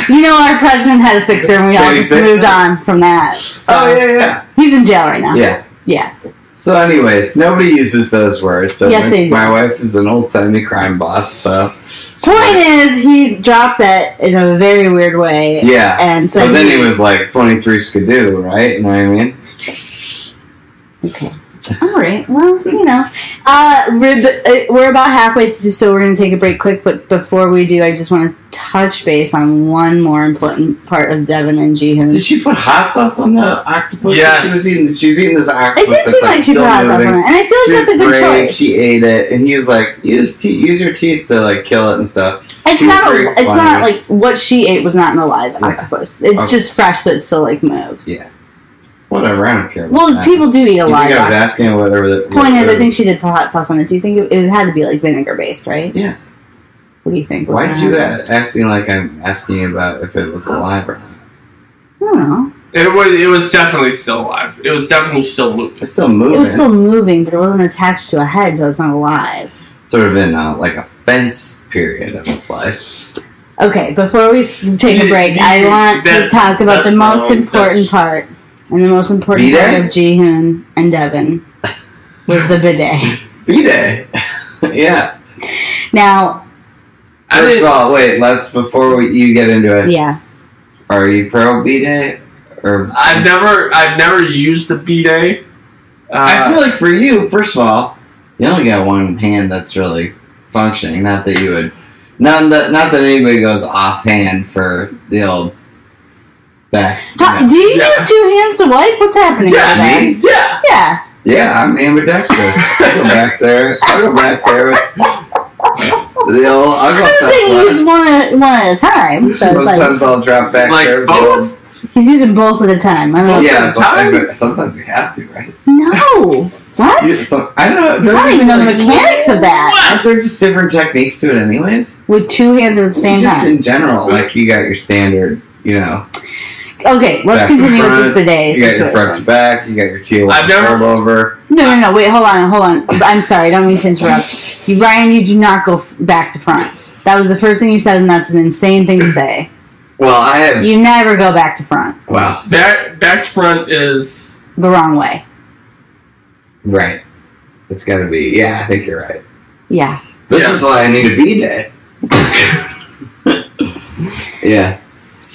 You know, our president had a fixer, and we all
Did he
just
fix
moved
it?
on from that. So
Oh yeah,
he's in jail right now.
yeah, yeah.
Yeah.
So, anyways, nobody uses those words. So
Yes,
my,
they do.
my wife is an old timey crime boss. So
Point is, he dropped that in a very weird way.
yeah.
And so
but then he was like 23 skidoo, right? You know what I mean?
Okay. All right. Well, you know, uh, we're, uh, we're about halfway through, so we're going to take a break quick. But before we do, I just want to touch base on one more important part of Devin and Jihoon.
Did she put hot sauce on the octopus?
Yes.
That she was eating? She's eating this octopus.
It did
that's,
seem like she
still
brought up on it,
moving.
and I feel
She
like that's a
was
good
brave,
choice.
She ate it, and he was like, "Use te- use your teeth to like kill it and stuff."
It's
was
not.
very
A, it's not
funny.
like what she ate was not an alive
Yeah.
octopus. It's
Okay.
just fresh, so it still like moves.
Yeah. Whatever, I don't care. about
Well,
that.
people do eat a
You
lot.
think
of
I was
that.
asking whatever the
Point is, I
whatever-
think she did put hot sauce on it. Do you think it, it had to be like vinegar based, right?
Yeah.
What do you think?
Why
What
did you
kind of hot
ask, acting like I'm asking you about if it was alive or not?
sauce? I don't know.
It was it was definitely still alive. It was definitely still moving.
It's still moving.
It was still moving, but it wasn't attached to a head, so it's not alive.
sort of in uh, like a fence period of its life.
Okay, before we s- take a
Yeah,
break,
yeah,
I
yeah,
want to
that's-
talk about the
that's
most
wrong,
important
that's-
part. And the most important
Bidet?
part of Jihoon and Devin was the bidet.
B day. yeah.
Now,
I
First of
didn't,
all, wait. Let's before we, you get into it.
yeah,
Are you pro B day or?
I've never I've never used the B day. Uh,
Uh,
I feel like for you, first of all, you only got one hand that's really functioning. Not that you would, not that not that anybody goes offhand for the old back.
How, do you
Yeah.
use two hands to wipe? What's happening over there?
Yeah, me.
yeah.
Yeah.
Yeah, I'm ambidextrous. I go back there. I go back there. With the old, I
I'm
go
just saying you use one at, one at a time. So it's like,
Sometimes I'll drop back
Like
there. with the
both?
old-
he's using both at a time. I don't know.
yeah,
Both
but,
at a time?
but sometimes you have to, right?
No. What?
You- so- I don't know.
I don't even know the
Like,
mechanics of that.
Aren't there just different techniques to it, anyways?
With two hands at the same
just
time.
in general, like you got your standard, you know,
Okay, let's
back to
continue with this
front,
bidet
you got your front to
situation.
back, you got your tail
I've never-
over.
No, no, no. Wait, hold on, hold on. I'm sorry. I don't mean to interrupt. You, Ryan, you do not go f- back to front. That was the first thing you said, and that's an insane thing to say.
Well, I have.
You never go back to front
Well,
Back back to front is
the wrong way.
right. It's got to be. Yeah, I think you're right.
Yeah.
This
Yeah.
is why I need a B day. yeah.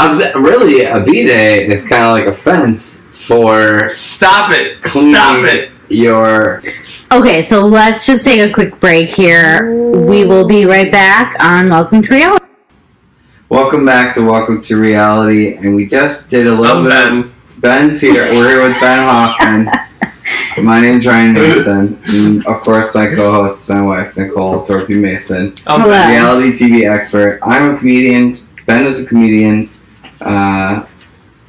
Um, th- really, a B day is kind of like a fence for
stop it.
cleaning
Stop it.
your.
Okay, so let's just take a quick break here. We will be right back on Welcome to Reality.
Welcome back to Welcome to Reality, and we just did a little
I'm
bit.
Ben.
Ben's here. We're here with Ben Hoffman. My name's Ryan Mason, and of course, my co-host, my wife Nicole Torpy Mason.
I'm
Hello.
Ben.
reality TV expert. I'm a comedian. Ben is a comedian. Uh,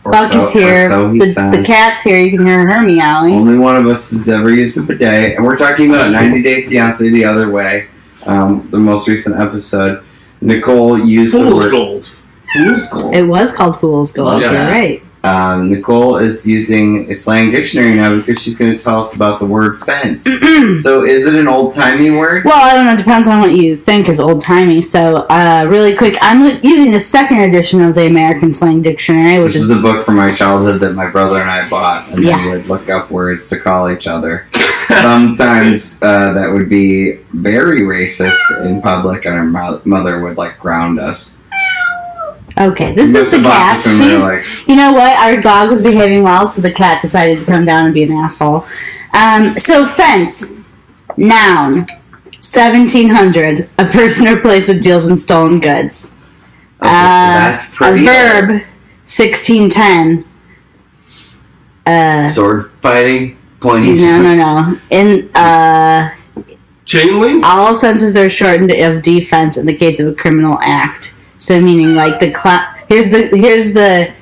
or
Buck
so-
is here.
or so he
the,
sounds.
the cat's here. You can hear her meowing.
Only one of us has ever used a bidet, and we're talking about 90 Day Fiance the other way. Um, the most recent episode, Nicole used the
Fool's
word
gold.
fool's gold.
It was called Fool's Gold,
Yeah.
you're right.
Um, Nicole is using a slang dictionary now because she's going to tell us about the word fence. so, is it an old timey word?
Well, I don't know. It depends on what you think is old timey. So, uh, really quick, I'm li- using the second edition of the American Slang Dictionary, which
This is a book from my childhood that my brother and I bought, and then
Yeah.
would look up words to call each other. Sometimes uh, that would be very racist in public, and our mo- mother would like ground us.
okay. This is
Most
the
of
cat.
us when we were,
She's
like,
You know what? Our dog was behaving well, so the cat decided to come down and be an asshole. Um, so, fence, noun, 1700, a person or place that deals in stolen goods. Uh,
"Okay, so that's pretty.
A verb, 1610. Uh,
Sword fighting, pointy.
no, no, no. In uh,
Chain link?
all senses are shortened of defense in the case of a criminal act. So, meaning like the clown. Here's the here's the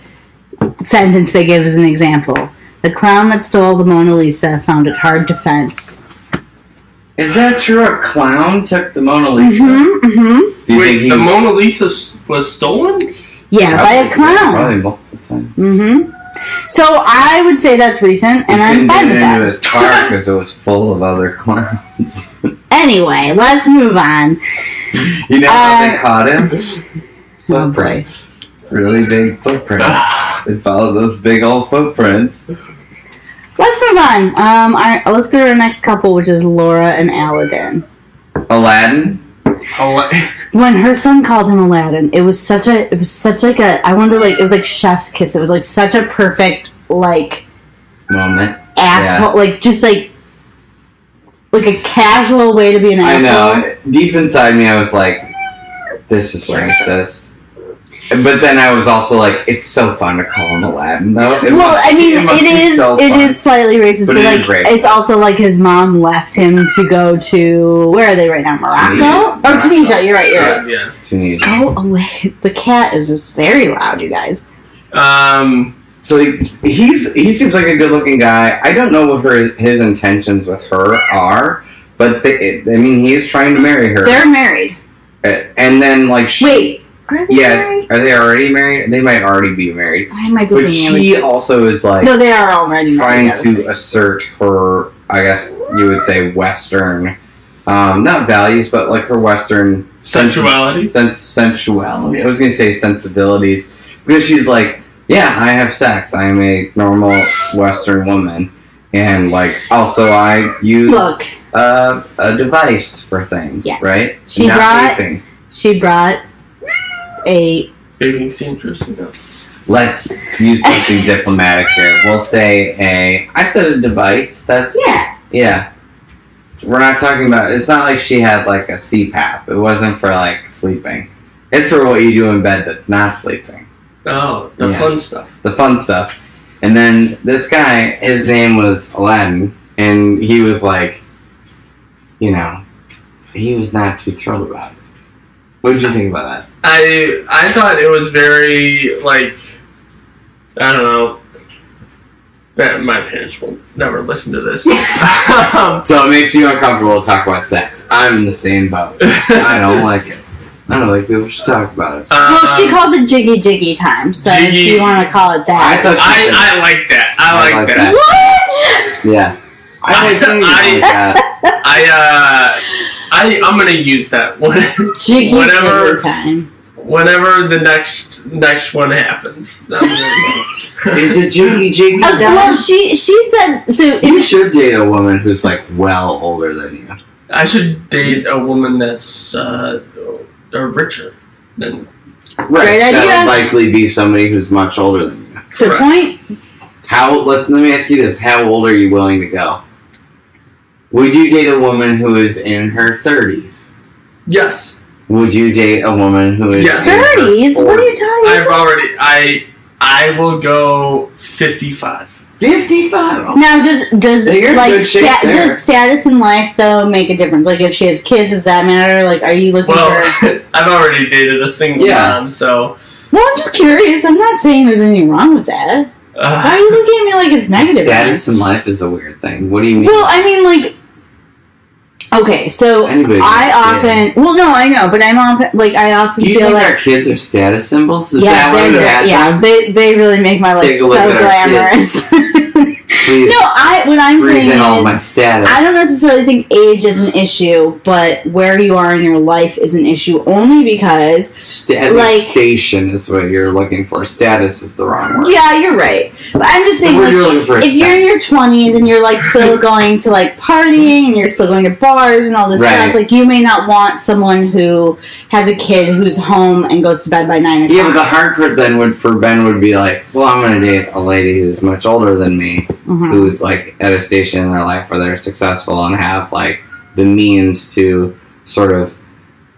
sentence they give as an example. The clown that stole the Mona Lisa found it hard to fence.
Is that true? A clown took the Mona Lisa.
Mm-hmm. Mm-hmm.
Do you think
Wait,
he-
the Mona Lisa s- was stolen?
Yeah, by a
Probably-
clown.
Probably multiple times.
Mm-hmm. So I would say that's recent, and I'm
Couldn't
fine
get
with
into
that.
his car because it was full of other clowns.
Anyway, let's move on.
You know how they
Uh,
caught him?
Oh, boy.
Footprints. Really big footprints. they followed those big old footprints.
Let's move on. Um, our, let's go to our next couple, which is Laura and Aladdin.
Aladdin?
when her son called him Aladdin, it was such a it was such like a I wanted to like it was like chef's kiss. It was like such a perfect like
Moment.
asshole like just like like a casual way to be an
I
asshole.
know. Deep inside me, I was like, this is racist. But then I was also like, it's so fun to call him Aladdin, though. It
well,
must-
I mean,
must
it
be
is
so
it
fun.
is slightly racist,
But
but,
it
like
is racist.
it's also like his mom left him to go to where are they right now? Morocco
Tunisia.
or Tunisia? You're right. You're right.
yeah.
Tunisia.
Go away! The cat is just very loud, you guys.
Um,
So he, he's he seems like a good looking guy. I don't know what her his intentions with her are, but they, I mean he is trying to marry her.
They're married.
and then like she,
Wait, are they
yeah,
married?
are they already married? They might already be married.
I might be
But
thinking of it.
she also is like
No, they are already
trying
married. that was
to assert her, I guess you would say Western, um, not values, but like her Western
Sensuality?
Sens- sensuality. I was gonna say sensibilities because she's like, yeah, I have sex. I am a normal Western woman, and like also I use
Look,
uh, a device for things,
Yes.
right?
She
Not
brought-
vaping.
she brought a
Baby seamstress. you know.
Let's use something diplomatic here. We'll say a. I said a device. That's
yeah.
Yeah. We're not talking about it's not like she had like a CPAP. It wasn't for like sleeping. It's for what you do in bed that's not sleeping.
Oh, the
Yeah.
fun stuff.
The fun stuff. And then this guy, his name was Aladdin, and he was like you know he was not too thrilled about it. What did you think about that?
I I thought it was very like I don't know. That my parents will never listen to this. um,
So it makes you uncomfortable to talk about sex. I'm in the same boat. I don't like it. I don't like people should talk about it.
Well, she
um,
calls it jiggy jiggy time, so
Jiggy-
if you want to call it
I
that.
thought she said-
I, I like that. I, like, that.
what?
Yeah. I like things
I-
like that.
I uh, I I'm gonna use that one
Jiggy
Whatever.
jiggy time.
whenever the next next one happens. I'm gonna-
Is it jiggy jiggy?
Oh, well, she she said so.
You
In,
should date a woman who's like well older than you.
I should date a woman that's uh, or richer than
Great
That
idea.
would likely be somebody who's much older than you.
good
correct.
point.
How? Let's let me ask you this: How old are you willing to go? Would you date a woman who is in her thirties?
Yes,
Would you date a woman who is
Yes.
in her
Thirties? What are you
40s?
talking
I've
about?
already I I will go fifty five.
Fifty-five. Oh,
Now, does does
So you're in
like
good shape
sta-
there.
does status in life though make a difference? Like, if she has kids, does that matter? Like, are you looking
Well,
for?
I've already dated a single
Yeah.
mom, so
Well, I'm just curious. I'm not saying there's anything wrong with that. Why are
uh,
you looking at me like it's negative?
Status in life is a weird thing. What do you mean?
Well, I mean, like, okay, so
Anybody
I
knows, yeah.
often, well, no, I know, but I'm often like I often
Do you
feel
think
like,
our kids are status symbols? Is that
they,
why they're at
yeah,
them?
they they really make my life
Take a
so
look at our kids.
glamorous. no,
Please
I what I'm
breathe
saying
in all
is,
my status.
I don't necessarily think age is an issue, but where you are in your life is an issue only because
Status
Like-
station is what you're looking for. Status is the wrong word.
Yeah, you're right. But I'm just saying,
Where
like,
you're looking for a
if you're in your
status.
20s and you're like still going to like partying and you're still going to bars and all this
Right.
stuff, like you may not want someone who has a kid who's home and goes to bed by nine o'clock.
Yeah, but the hard part then would for Ben would be like, well, I'm gonna date a lady who's much older than me,
Mhm.
who's like at a station in their life where they're successful and have like the means to sort of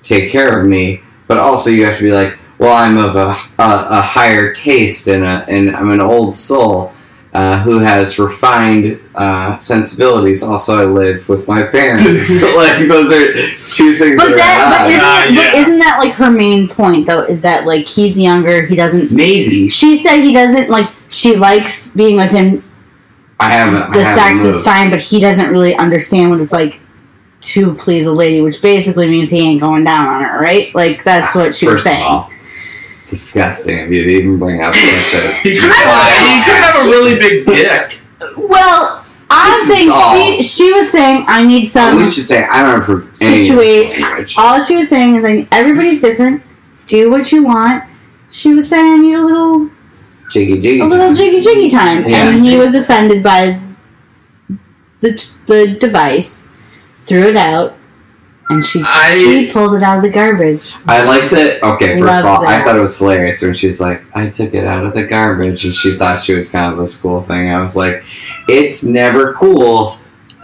take care of me. But also, you have to be like, well, I'm of a a, a higher taste and a, and I'm an old soul. Uh, who has refined uh, sensibilities? Also, I live with my parents. like those are two things.
But
that,
that,
are
but isn't,
odd.
Ah,
but
yeah.
isn't that like her main point though? Is that like he's younger, he
Mm.
doesn't.
maybe
She said he doesn't like. She likes being with him.
I haven't.
The
I haven't
sex
moved.
is fine, but he doesn't really understand what it's like to please a lady, which basically means he ain't going down on her, right? Like that's what she was
First of
saying.
all, it's disgusting of you to even bring up such a.
he could, have, he could have a really big dick.
Well, I'm
This is
saying
all-
she she was saying I need some.
we should say I don't approve any of
Situate-
this language.
All she was saying is like everybody's different. Do what you want. She was saying I need a little
Jiggy jiggy.
a little
time.
jiggy jiggy time,
Yeah.
and he was offended by the the device. Threw it out, and she
I-
she pulled it out of the garbage.
I like that. Okay, first
Love
of all, I
that.
thought it was hilarious when she's like, "I took it out of the garbage," and she thought she was kind of a school thing. I was like, "It's never cool."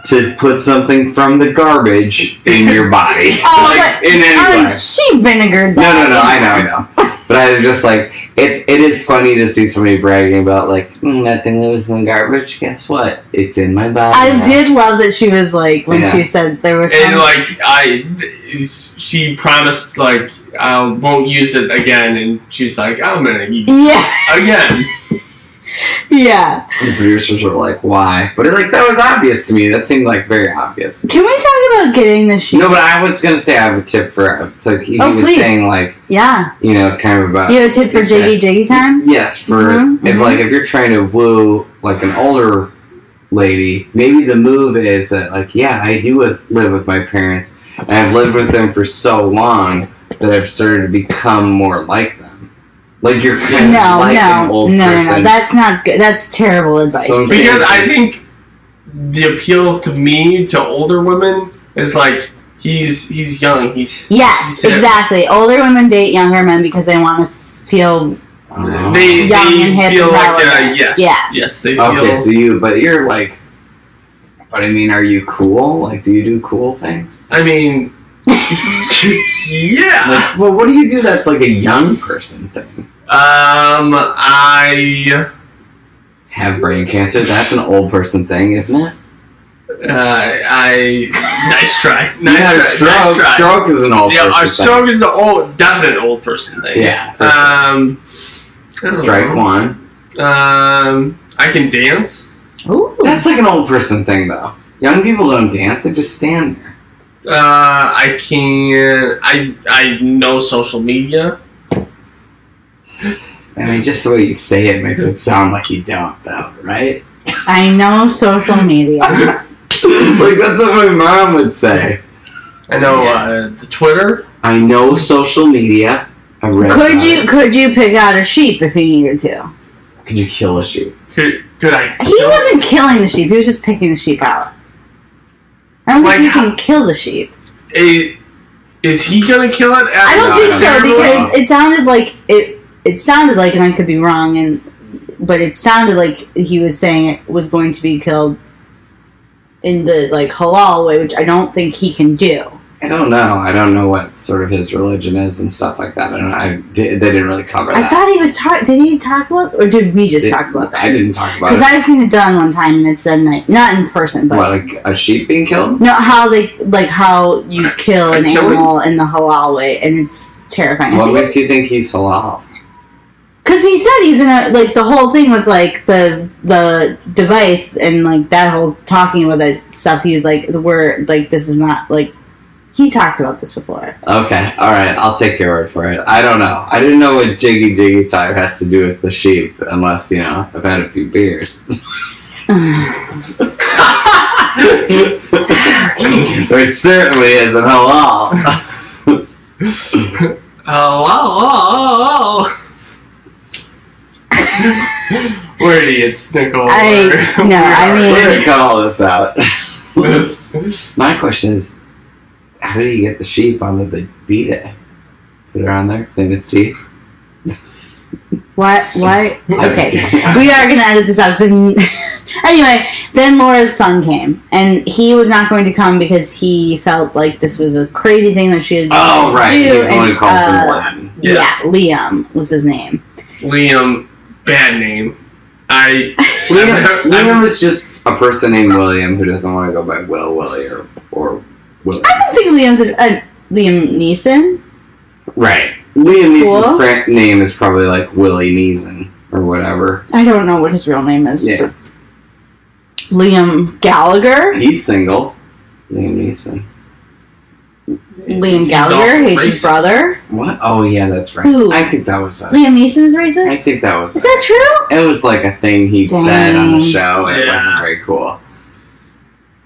To put something from the garbage in your body,
Oh,
like,
but-
in any way.
Um, she vinegared
No,
that.
no, no. I know, I know. But I was just like, it. It is funny to see somebody bragging about like "Mm, that thing that was in the garbage. Guess what? It's in my body.
I
now."
did love that she was like when
Yeah.
she said there was some
And like I, she promised like I won't use it "Oh, again, and she's like I'm gonna use it
yeah.
again.
Yeah.
And the producers were like, "Why?" But it, like that was obvious to me. That seemed like very obvious.
Can we talk about getting the sheet?
No, but I was gonna say I have a tip for. So he, he
Oh,
was
please.
saying like
yeah.
you know kind of about
You have a tip for
it's
jiggy jiggy time?
Yes, for
Mhm,
if
mhm.
like if you're trying to woo like an older lady, maybe the move is that like yeah, I do with, live with my parents, and I've lived with them for so long that I've started to become more like them. Like you're kind
No,
of like an
no, no,
old
no,
person.
no. That's not good. That's terrible advice.
So-
Because I think the appeal to me to older women is like he's he's young. He's
yes,
Yeah.
exactly. Older women date younger men because they want to feel
Oh.
they
Young
they
and hip
feel
and
like uh,
relevant.
yes
Yeah.
yes they feel
okay, so you but you're like, but I mean, are you cool? Like, do you do cool things?
I mean yeah Ah.
Like, well, what do you do that's like a young person thing?
um I
Have brain cancer? That's an old person thing, isn't it?
uh, I nice try
You
nice
had a
try, nice
stroke.
try.
Stroke is an old
yeah our
person
stroke is the old definite old person thing
thing. Yeah.
um I don't
Strike
know.
one.
um I can dance
Ooh.
That's like an old person thing, though. Young people don't dance; they just stand there.
uh I can I I know social media.
I mean, just the way you say it makes it sound like you don't, though, right?
I know social media.
like that's what my mom would say.
I know
Yeah.
uh, the Twitter.
I know social media. I read
could
about
you
it.
could you pick out a sheep if you needed to?
Could you kill a sheep?
Could could I?
He wasn't killing the sheep. He was just picking the sheep out. I don't
Like
think you
how-
can kill the sheep.
A, is he gonna kill it?
I don't
No,
think
no,
so
no.
because it sounded like it. It sounded like, and I could be wrong, and but it sounded like he was saying it was going to be killed in the like halal way, which I don't think he can do.
I don't know. I don't know what sort of his religion is and stuff like that. I don't know. I did, they didn't really cover
I
that.
thought he was talk. Did he talk about, or did we just
They-
talk about
I
that?
didn't talk about
Because
it.
I've seen it done one time, and it said like not in person, but
what, like a sheep being killed?
No, how they like how you
Right.
kill an
Like killing-
animal in the halal way, and it's terrifying.
What makes you think he's halal?
Because he said he's in a like the whole thing with like the the device and like that whole talking about that stuff. He was like, "We're like this is not like." He talked about this before.
Okay, all right, I'll take your word for it. I don't know. I didn't know what jiggy jiggy time has to do with the sheep, unless you know I've had a few beers. Which certainly isn't halal.
Hello. We're idiots, Nicole.
I- no, I mean-
We're gonna cut all this out.
mean.
My question is, how did he get the sheep on the big beat it? Put it on there, clean its teeth.
Why? Why?
I'm just
Okay,
kidding.
we are gonna edit this out. 'cause I'm- anyway, then Laura's son came, and he was not going to come because he felt like this was a crazy thing that she had.
Oh
decided to
right,
do,
he's the one
and,
who calls
uh,
him Latin.
Yeah.
yeah, Liam was his name.
Liam, bad name. I.
Liam,
I'm-
Liam is just a person named William who doesn't want to go by Will, Willie, or or Will.
I don't think Liam's a, uh, Liam Neeson.
Right. Liam
Cool.
Neeson's fr- name is probably like Willie Neeson or whatever.
I don't know what his real name is.
Yeah.
Liam Gallagher.
He's single. Liam Neeson.
Liam
He's
Gallagher
awful
hates his
racist.
brother.
What? Oh yeah, that's right.
Who?
I think that was. A,
Liam Neeson's racist.
I think that was.
is
a-
that true?
it was like a thing he said on the
Dang.
show. and It
Yeah.
wasn't very cool.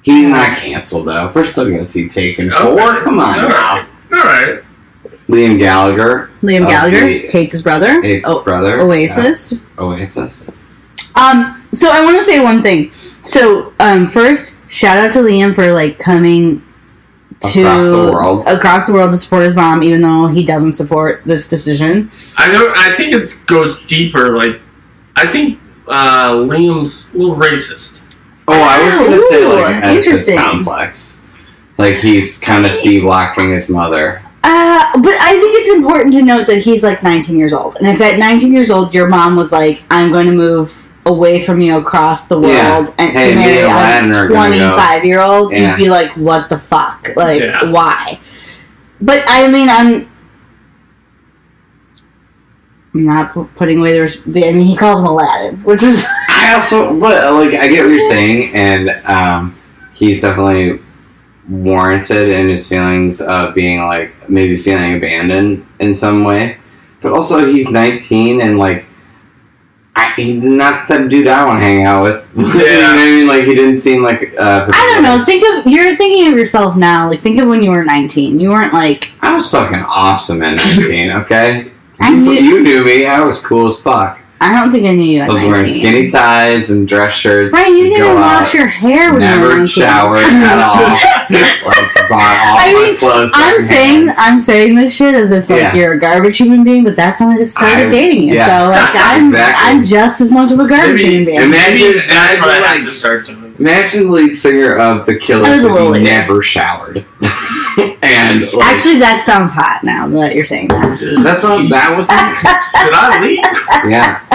He's not canceled though. We're still gonna see Taken
Okay.
Four. Come on now.
All right. All right.
Liam Gallagher,
Liam
Oh,
Gallagher
he-
hates his brother.
it's
O-
brother.
Oh, Oasis.
Yeah. Oasis.
Um. So I want to say one thing. So um, first, shout out to Liam for like coming to
Across the world.
across the world to support his mom, even though he doesn't support this decision.
I don't. I think it goes deeper. Like, I think uh, Liam's a little racist.
Oh, I was gonna say
Ooh,
like Oedipus
interesting.
complex. Like he's kind of c blocking his mother.
Uh, but I think it's important to note that he's like 19 years old. And if at 19 years old your mom was like, I'm going to move away from you across the world
Yeah.
and
Hey,
to
me and
marry
Aladdin
a
are gonna go."
25 year old,
Yeah.
you'd be like, what the fuck? Like,
Yeah.
why? But I mean, I'm. I'm not pu- putting away there's. I mean, he calls him Aladdin, which is
I also what like I get what you're saying, and um, he's definitely warranted in his feelings of being like maybe feeling abandoned in some way, but also he's 19 and like. I, he's not the dude I want to hang out with. you know what I mean? Like he didn't seem like. Uh,
I don't know. Think of you're thinking of yourself now. Like think of when you were 19. You weren't like
I was fucking awesome at 19. Okay,
I
you,
knew-
you knew me. I was cool as fuck.
I don't think I knew you
I
at
was
19.
wearing skinny ties and dress shirts.
Right, you
to
didn't
go
even
out.
wash your hair when you were
never
19.
showered at all. or bought all
I
my
mean,
clothes.
I'm saying I'm saying this shit as if like
Yeah.
you're a garbage human being, but that's when I just started
I-
dating you.
yeah.
So like I'm
Exactly.
I'm just as much of a garbage human
Maybe,
being.
maybe
Imagine-
that's what I
imagine-
have to start doing.
Imagine lead singer of the Killers
I was a
if
little
he
late.
never showered. and like,
Actually, that sounds hot now that you're saying that.
that's what that was.
Did I leave?
yeah.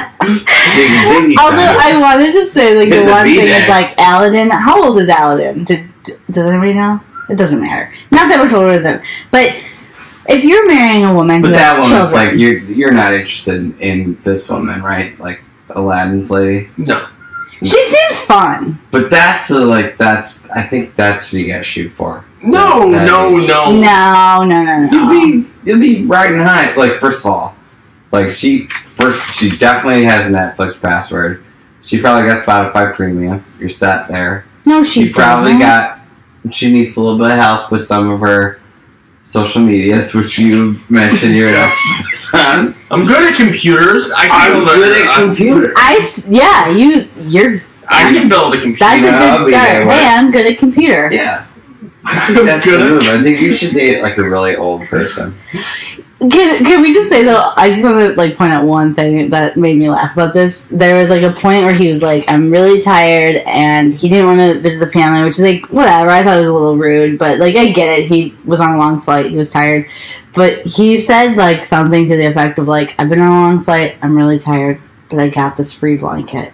Diggy, diggy
Although
time.
I want to just say, like the,
The
one thing
V-neck.
is like Aladdin. How old is Aladdin? Did, does anybody know? It doesn't matter. Not that much older than, but if you're marrying a woman
but
who
that
has
one was like
children,
you're you're not interested in, in this woman, right? Like Aladdin's lady.
No.
she seems fun.
But that's a, like that's I think that's what you got to shoot for.
No,
That
no,
age.
no.
No, no, no, no.
Oh. You'd be you'd be riding high. Like first of all, like she first she definitely has a Netflix password. She probably got Spotify Premium. You're set there.
no, she,
She probably
doesn't.
got. She needs a little bit of help with some of her social medias, which you mentioned you're an expert on.
I'm good at computers. I can
I'm
build
good
a,
at computers.
I s- yeah, you you're
I can build a computer.
that's
Yeah,
a
I'll
good
be there,
start.
right?
Hey, I'm good at computer.
Yeah, I think
I'm
that's the move.
good at
I think you should date like a really old person.
Can, can we just say though? I just want to like point out one thing that made me laugh about this. There was like a point where he was like, "I'm really tired," and he didn't want to visit the family, which is like whatever. I thought it was a little rude, but like I get it. He was on a long flight. He was tired, but he said like something to the effect of like, "I've been on a long flight. I'm really tired." But I got this free blanket.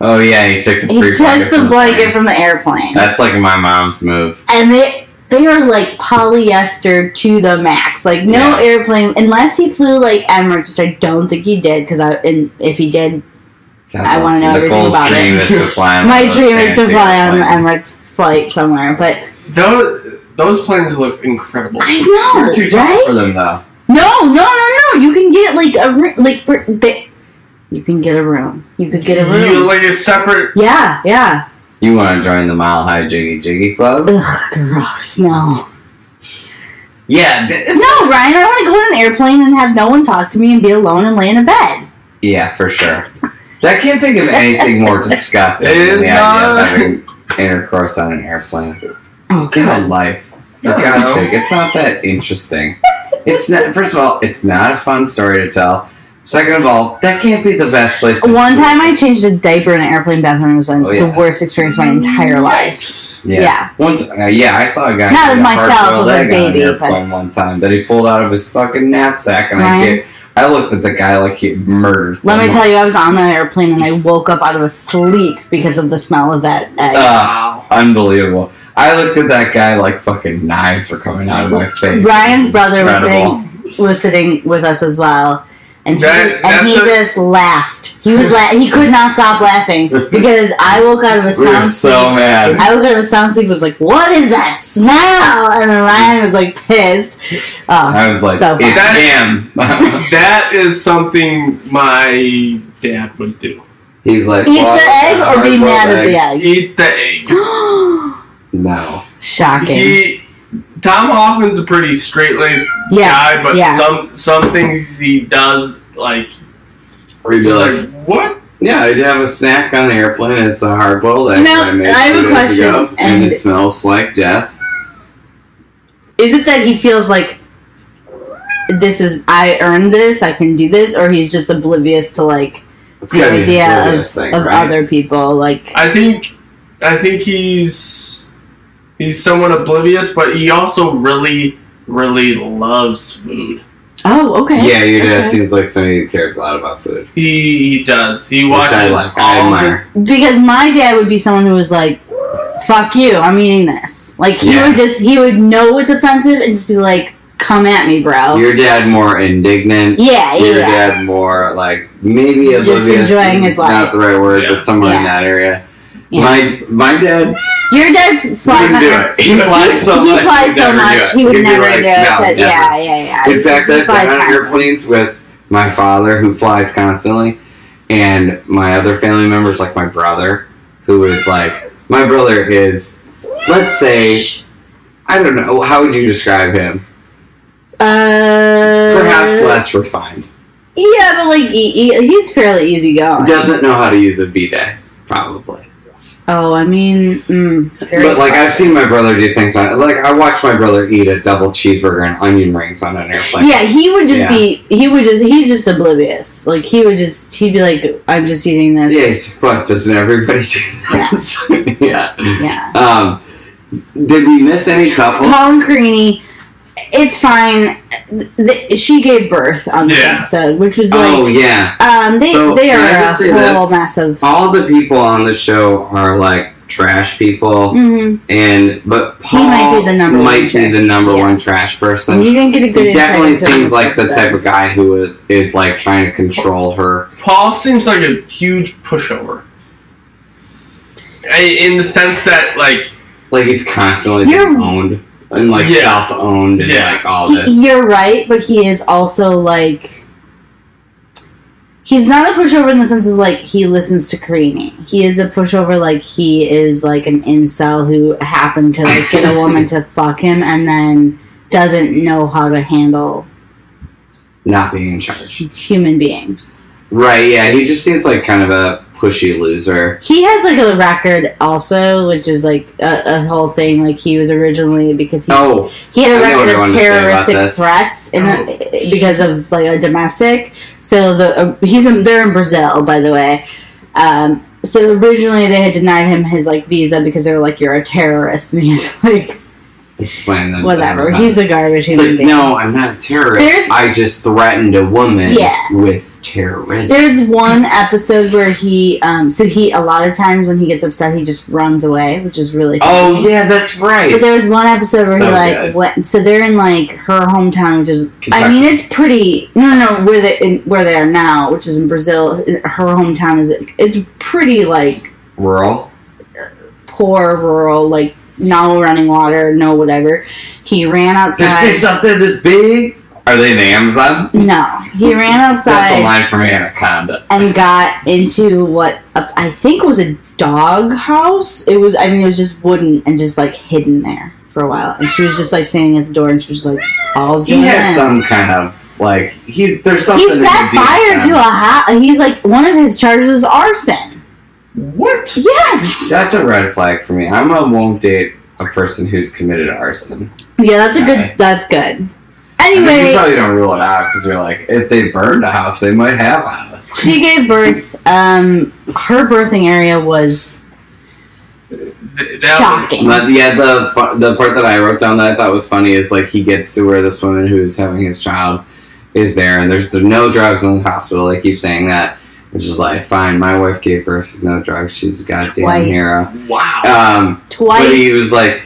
Oh yeah, he took the
He
free
took the
from
blanket
plane.
from the airplane.
That's like my mom's move.
and they they are like polyester to the max. Like no
Yeah.
airplane, unless he flew like Emirates, which I don't think he did. Because I and if he did, I wanna know everything
Nicole's
about it.
dream is to fly on
my
one of those
dream is to
fancy
fly on an
airplanes.
Emirates flight somewhere. But
Those, those planes look incredible.
I know,
You're too
right?
tall for them, though.
No, no, no, no. You can get like a ro- like for they, you can get a room. You could get a room.
You like a separate.
yeah, yeah.
You want to join the Mile High Jiggy Jiggy Club?
Ugh, gross. No,
Yeah. th- it's-
no, Ryan. I want to go on an airplane and have no one talk to me and be alone and lay in a bed.
Yeah, for sure. I can't think of anything more disgusting
It
than
is
the idea
not-
of having intercourse on an airplane.
Oh
Get a life. For
No.
God's sake, it's not that interesting. It's not. First of all, it's not a fun story to tell. Second of all, that can't be the best place. To
One time I changed a diaper in an airplane bathroom. It was like
Oh, yeah.
the worst experience of my entire life.
Yeah.
Yeah.
Once, uh, yeah, I saw a guy.
Not
with
with myself, with my baby,
airplane one time that he pulled out of his fucking knapsack, and I
Ryan?
get, I looked at the guy like he murdered.
Let me
someone.
tell you, I was on that airplane and I woke up out of a sleep because of the smell of that egg.
Ah,
Wow.
unbelievable! I looked at that guy like fucking knives were coming out of my face.
Ryan's brother was
Incredible.
sitting was sitting with us as well, and he
That-
and he
that's a-
just laughed. He was la- he could not stop laughing because I woke up out of a
We were
sound
so
sleep.
mad.
I woke up out of a sound sleep. Was like, what is that smell? And then Ryan was like pissed. Oh,
I was like,
so
it's
fun.
That's-
him.
That is something my dad would do.
He's like,
eat
"Well,
the egg or be
hard-boiled
mad at the egg.
Eat the egg.
No.
Shocking.
He, Tom Hoffman's a pretty straight laced
yeah.
guy, but some some things he does like
Or he'd be
you're
like,
like what?
yeah, I'd have a snack on the airplane. It's a hard boiled egg.
You know,
that I, made
I have
two
a
days
question,
ago, and,
and-
it smells like death.
Is it that he feels like this is I earned this, I can do this, or he's just oblivious to like
It's
The
gotta be
idea
the weirdest thing,
of
right?
other people? Like
I think I think he's he's somewhat oblivious, but he also really really loves food.
oh, okay.
Yeah, your dad
Okay.
seems like somebody who cares a lot about food.
He, he does. He
Which I
watches
like. I
all the
admire.
Because my dad would be someone who was like, "Fuck you, I'm eating this." Like he
Yeah.
would just he would know it's offensive and just be like, come at me, bro.
Your dad more indignant.
yeah, yeah,
Your
yeah.
dad more like maybe
Just
oblivious.
enjoying
is
his
not
life.
the right word,
Yeah.
but somewhere in
Yeah.
that area.
Yeah.
My my dad
Your dad flies
wouldn't
on
do
her.
it. He
He,
flies so
he
much.
flies
he'd
so
never do
much.
it.
He would
He'd be
never
like,
do it.
"No,
but
never."
yeah, yeah, yeah.
In fact,
he
I've
flies
been on
constantly.
airplanes with my father, who flies constantly, and my other family members, like my brother, who is like my brother is, let's say, I don't know, how would you describe him?
Uh,
Perhaps less refined.
Yeah, but like he, he- he's fairly easygoing.
Doesn't know how to use a bidet, probably.
Oh, I mean, mm, very
But like I've seen my brother do things on like I watched my brother eat a double cheeseburger and onion rings on an airplane.
yeah, he would just
Yeah.
be. He would just. He's just oblivious. Like he would just. He'd be like, "I'm just eating this."
Yeah, it's fuck, doesn't everybody do this? yeah.
Yeah.
Um, did we miss any couple?
Colin Creaney, it's fine. Th- th- she gave birth on this
Yeah.
episode, which was like,
Oh yeah,
um, they
So,
they
can
are
I
a
just say
whole
this?
mess of.
all the people on the show are like trash people,
Mhm.
and but Paul
might be the number one
might be
trash-
the number
yeah.
one trash person.
You didn't get a good.
He definitely
insight into
seems
this
like the
episode.
type of guy who is is like trying to control her.
Paul seems like a huge pushover. I- In the sense that, like,
Like he's constantly being
You're-
owned and like
Yeah.
self owned and
Yeah.
like all
He-
this.
you're right, but he is also like. He's not a pushover in the sense of like he listens to Karini. He is a pushover like he is like an incel who happened to like get a woman to fuck him and then doesn't know how to handle
Not being in charge.
human beings.
Right, yeah, he just seems like kind of a pushy loser.
He has like a record also, which is like a, a whole thing. Like he was originally because he
Oh,
He had a
I know
record
what
of
I wanted to say about
terroristic
this.
threats in
Oh,
because of like a domestic. So the uh, he's in, they're in Brazil, by the way. Um, so originally they had denied him his like visa because they were like, "You're a terrorist," and he had like
explain that.
whatever. He's a garbage
It's
human
like,
being.
no, I'm not a terrorist.
There's-
I just threatened a woman
Yeah.
with terrorism.
There's one episode where he, um, so he a lot of times when he gets upset, he just runs away, which is really
Oh
funny.
yeah, that's
But
right.
there was one episode where
So
he like
good.
went. So they're in like her hometown, which is. I
Kentucky.
mean, it's pretty. No, no, no where they in, where they are now, which is in Brazil. Her hometown is it's pretty like
Rural.
poor, rural, like no running water, no whatever. He ran
There's
outside.
something this big. Are they the Amazon?
No, he ran
That's a
outside
line from Anaconda.
and got into what a- I think was a dog house. It was. I mean, it was just wooden and just like hidden there for a while. And she was just like standing at the door, and she was just like, "All's
He has
good."
some kind of like he's there's something.
He
to
set
do
fire to a
with
house. He's like one of his charges is arson.
what?
him.
Yes.
That's a red flag for me. I'm a won't date a person who's committed arson.
Yeah, that's a
Okay.
good. That's good.
I mean, you
Anyway,
probably don't rule it out because you're like, if they burned a house, they might have a house.
she gave birth. Um, her birthing area was
Th- that was-
Shocking.
But yeah, the fu- the part that I wrote down that I thought was funny is like he gets to where this woman who's having his child is there, and there's, there's no drugs in the hospital. They keep saying that, which is like, fine, my wife gave birth with no drugs. She's a goddamn
Twice.
hero.
wow.
Um,
twice.
but he was like,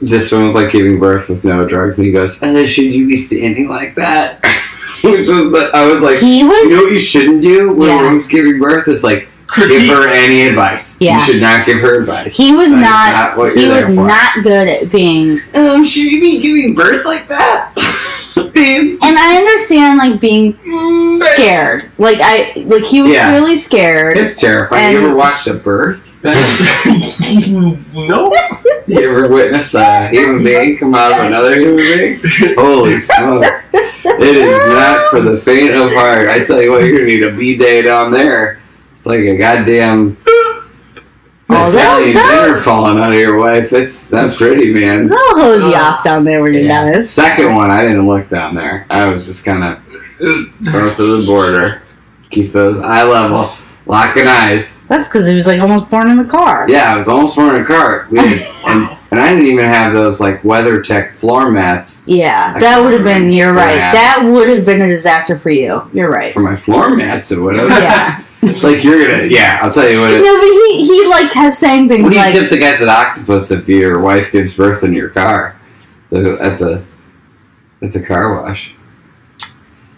this one was like giving birth with no drugs, and he goes, and should you be standing like that? which was the I was like,
He was-
you know what you shouldn't do when
Yeah.
a woman's giving birth is like give
Critique.
her any advice.
Yeah.
You should not give her advice.
He was
That is
not-
what
he
you're
was
there for.
not good at being.
Um, should you be giving birth like that? Babe.
And I understand like being scared. Like I like he was
Mm, Yeah.
clearly scared.
It's terrifying.
And-
you ever watched a birth?
no.
you ever witness a human being come out of another human being? Holy smokes. It is not for the faint of heart. I tell you what, you're going to need a B-day down there. It's like a goddamn
Oh, that-
Italian
that-
dinner falling out of your wife. It's not pretty, man.
They'll hose you off down there when you're
Uh, Yeah.
done. It's-
Second one, I didn't look down there. I was just kind of thrown through the border. Keep those eye level, locking eyes.
That's because he was like almost born in the car.
Yeah, I was almost wearing a cart. We had, and, and I didn't even have those like WeatherTech floor mats
Yeah, that
I can't
would have been.
remember
You're
what
right.
happened.
That would have been a disaster for you. You're right.
for my floor mats and whatever.
Yeah.
it's like you're gonna. Yeah, I'll tell you what. It,
no, but he he like kept saying
what
things
do you
like,
tip the guys at Octopus if your wife gives birth in your car? The, at the at the car wash.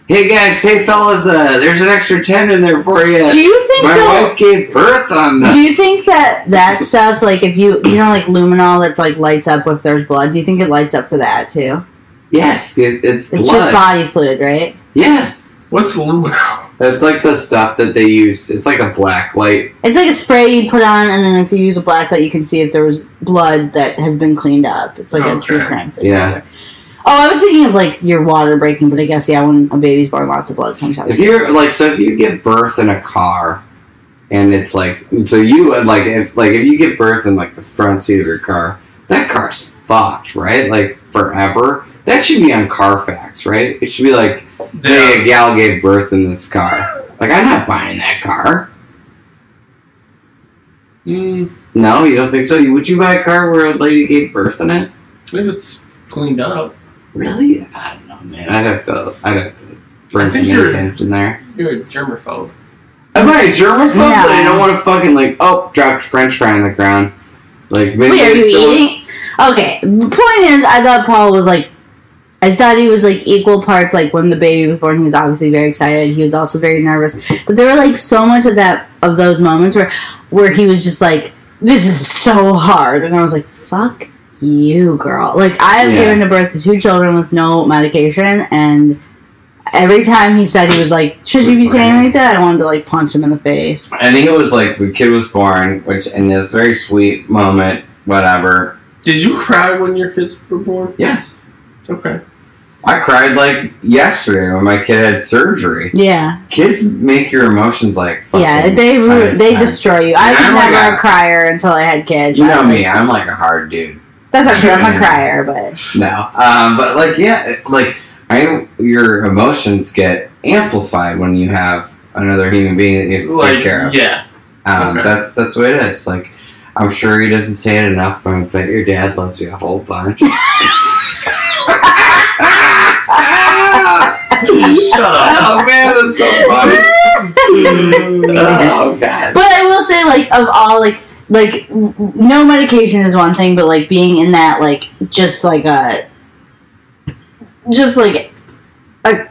Hey guys, hey fellas, uh, there's an extra ten in there for you.
Do you think
My
that,
wife gave birth on
do
the.
you think that that stuff like if you you know like luminol that's like lights up if there's blood? Do you think it lights up for that too?
Yes, it, it's
It's
blood.
just body fluid, right?
yes,
What's luminol?
it's like the stuff that they used. It's like a black light.
It's like a spray you put on, and then if you use a blacklight, you can see if there was blood that has been cleaned up. It's like a true
Okay.
crime thing.
Yeah.
Oh, I was thinking of like your water breaking, but I guess yeah, when a baby's born, lots of blood comes out.
If you're like, so if you give birth in a car, and it's like, so you would, like, if like if you give birth in like the front seat of your car, that car's fucked, right? Like forever. That should be on Carfax, right? It should be like, hey, a gal gave birth in this car. Like, I'm not buying that car.
Mm,
No, you don't think so? Would you buy a car where a lady gave birth in it?
if it's cleaned up,
Really? I don't know, man. I'd have to, I'd have to
I
burn some
think you're-
incense in there.
you're a germaphobe.
Am I a germaphobe?
No.
But I don't want to fucking like oh dropped French fry on the ground. Like maybe
Wait, are
they
you
still-
eating? Okay. The point is, I thought Paul was like, I thought he was like equal parts. Like when the baby was born, he was obviously very excited. He was also very nervous. But there were like so much of that of those moments where, where he was just like, "This is so hard," and I was like, "Fuck you, girl." Like I have
Yeah.
given a birth to two children with no medication, and every time he said he was like, "Should you be saying like that?" I wanted to like punch him in the face.
I think it was like the kid was born, which in this very sweet moment, whatever.
Did you cry when your kids were born?
Yes.
Okay.
I cried like yesterday when my kid had surgery.
Yeah.
Kids make your emotions like fucking
Yeah, they
times
ru- they
ten.
destroy you. I was
I'm like
never
a-
a crier until I had kids.
You
I
know
was
me,
like-
I'm like a hard dude.
That's not true. I'm
Yeah.
a crier, but
No, um, but like yeah, it- like I your emotions get amplified when you have another human being that you have to
Like,
take care of.
yeah.
Um,
Okay.
That's that's what it is. Like, I'm sure he doesn't say it enough, but I bet your dad loves you a whole bunch. oh
Shut up.
man, that's so funny. oh god.
but I will say like of all like like w- w- no medication is one thing, but like being in that like just like a just like a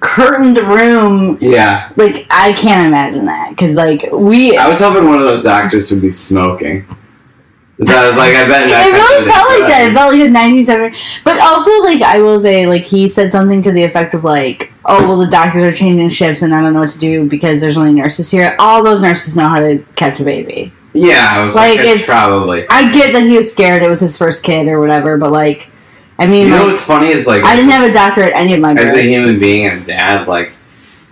curtained room
Yeah,
like I can't imagine that because like we
I was hoping one of those doctors would be smoking. So I was like, I bet. that
it really
country
felt
they-
like that. It felt like a 97. But also, like, I will say, like, he said something to the effect of, like, oh, well, the doctors are changing shifts and I don't know what to do because there's only nurses here. All those nurses know how to catch a baby.
Yeah, I was like,
Like,
it's,
it's-
probably.
I get that he was scared it was his first kid or whatever, but, like, I mean,
You know
like,
what's funny is like
I didn't have a doctor at any of my
as a
births.
human being and a dad, like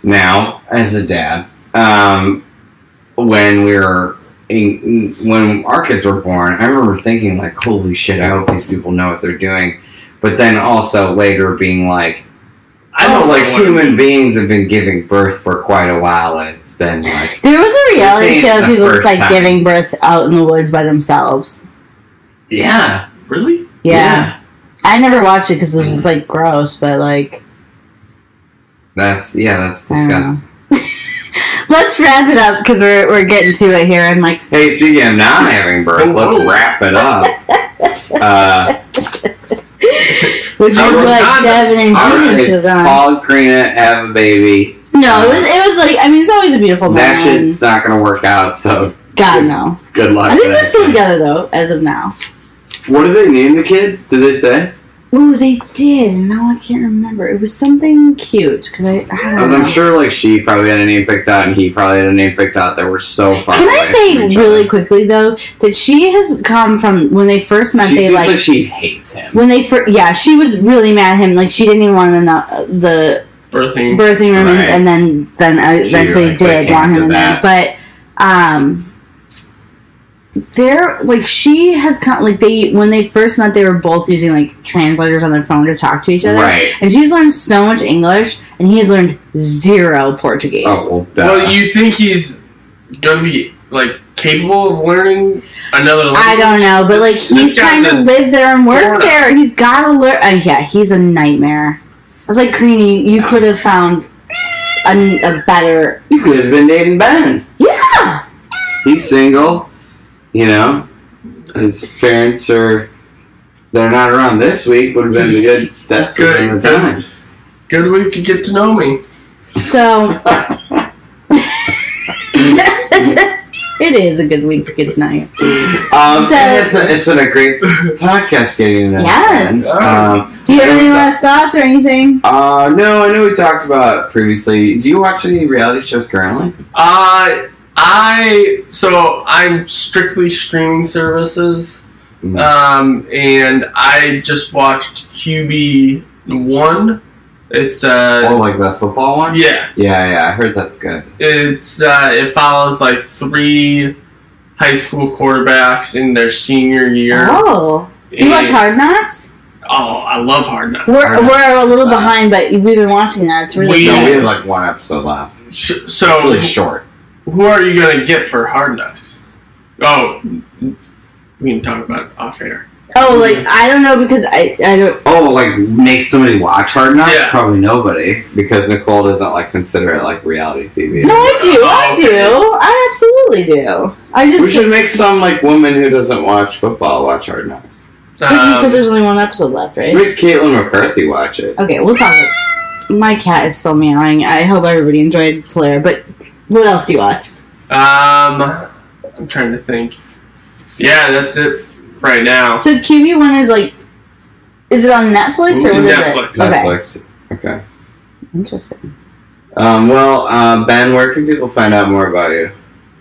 now as a dad, um, when we were in, when our kids were born, I remember thinking like, "Holy shit! I hope these people know what they're doing." But then also later being like,
I
"Oh,
don't
like
know what-
human beings have been giving birth for quite a while, and it's been like,
There was a reality
This ain't
show of
the
people just,
first
like,
time.
giving birth out in the woods by themselves.
yeah,
Really?
Yeah. I never watched it because it was just, like, gross, but, like,
that's yeah, that's
I don't know.
disgusting."
let's wrap it up because we're, we're getting to it here. And, like,
Hey, speaking of not having birth, let's
Oh, Whoa.
wrap it up. Uh,
Which is
I was
what
not-
Devin and
I
Jason
was-
should uh, have done.
Paul and Karina have a baby.
No, it was it was like I mean it's always a beautiful moment.
That shit's not gonna work out, so
God no.
good
I
luck.
think
to
they're
that
still
kid.
together though, as of now.
What did they name the kid? Did they say?
Ooh, they did. and Now I can't remember. It was something cute because I, I don't
Because
know.
I'm sure, like, she probably had a name picked out, and he probably had a name picked out. They were so far.
Can I
away
say
from each
really
other.
quickly though that she has come from when they first met?
She
they
seems like,
like
she hates him.
when they first yeah she was really mad at him like she didn't even want him in the the
Birthing.
birthing room
Right.
and, and then then I
She
eventually
like,
did
like,
want him in
hinted
there but um there like she has come like they when they first met they were both using like translators on their phone to talk to each other
Right.
and she's learned so much english and he has learned zero portuguese
Oh, well, duh.
Well, you think he's gonna be like capable of learning another language?
I don't know, but like
This-
he's
this guy's
trying to
in
live there and work
Florida.
there. He's gotta learn. Uh, yeah, he's a nightmare. I was like, Creaney, you could have found a, a better.
you could have been dating Ben.
Yeah,
He's single. You know, his parents are. they're not around this week would have been the good. That's
Good.
good. The time.
Good week to get to know me.
So it is a good week to get to know you.
Um,
So-
and it's, a, it's been a great podcast getting to know
Yes.
you, man. Um,
Do you have any last thoughts or anything?
uh, no, I know we talked about it previously. Do you watch any reality shows currently?
Uh, I so I'm strictly streaming services,
Mhm.
um, and I just watched QB one. It's
oh,
uh,
like the football one?
yeah,
yeah, yeah. I heard that's good.
it's uh, it follows like three high school quarterbacks in their senior year.
Oh, do you watch
And-
Hard Knocks?
Oh, I love Hard Knocks.
We're
Hard Knocks.
we're a little behind, but we've been watching that. It's really
We-
No, we
good.
have like one episode left.
Sh-
It's
So
really short.
Who are you gonna get for hard knocks? Oh, we can talk about it off air.
Oh, like I don't know because I I don't.
Oh, like make somebody watch Hard Knocks?
Yeah.
Probably nobody because Nicole doesn't like consider it like reality TV.
No, I do. I
Oh, okay.
do. I absolutely do. I just
We should make some like woman who doesn't watch football watch Hard Knocks.
But you said
Um,
there's only one episode left,
Should
right?
Make Caitlin McCarthy watch it.
Okay, we'll talk. About My cat is still meowing. I hope everybody enjoyed Claire. But what else do you watch?
um, I'm trying to think. Yeah, that's it right now.
So QB one is like, is it on Netflix or what is
Netflix.
it? Okay,
Netflix. Okay.
interesting.
Um, well, uh, Ben, where can people find out more about you?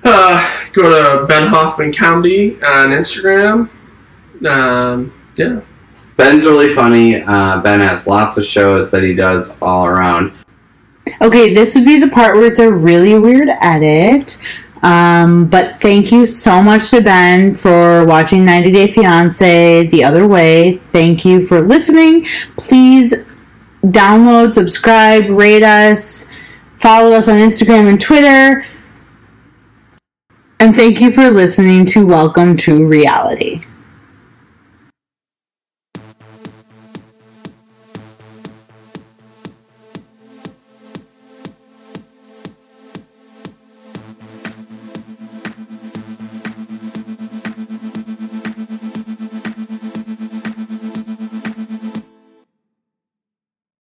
Uh, go to Ben Hoffman Comedy on Instagram. Um, yeah.
Ben's really funny. Uh, ben has lots of shows that he does all around.
Okay, this would be the part where it's a really weird edit. Um, but thank you so much to Ben for watching 90 Day Fiance the other way. Thank you for listening. Please download, subscribe, rate us, follow us on Instagram and Twitter. And thank you for listening to Welcome to Reality.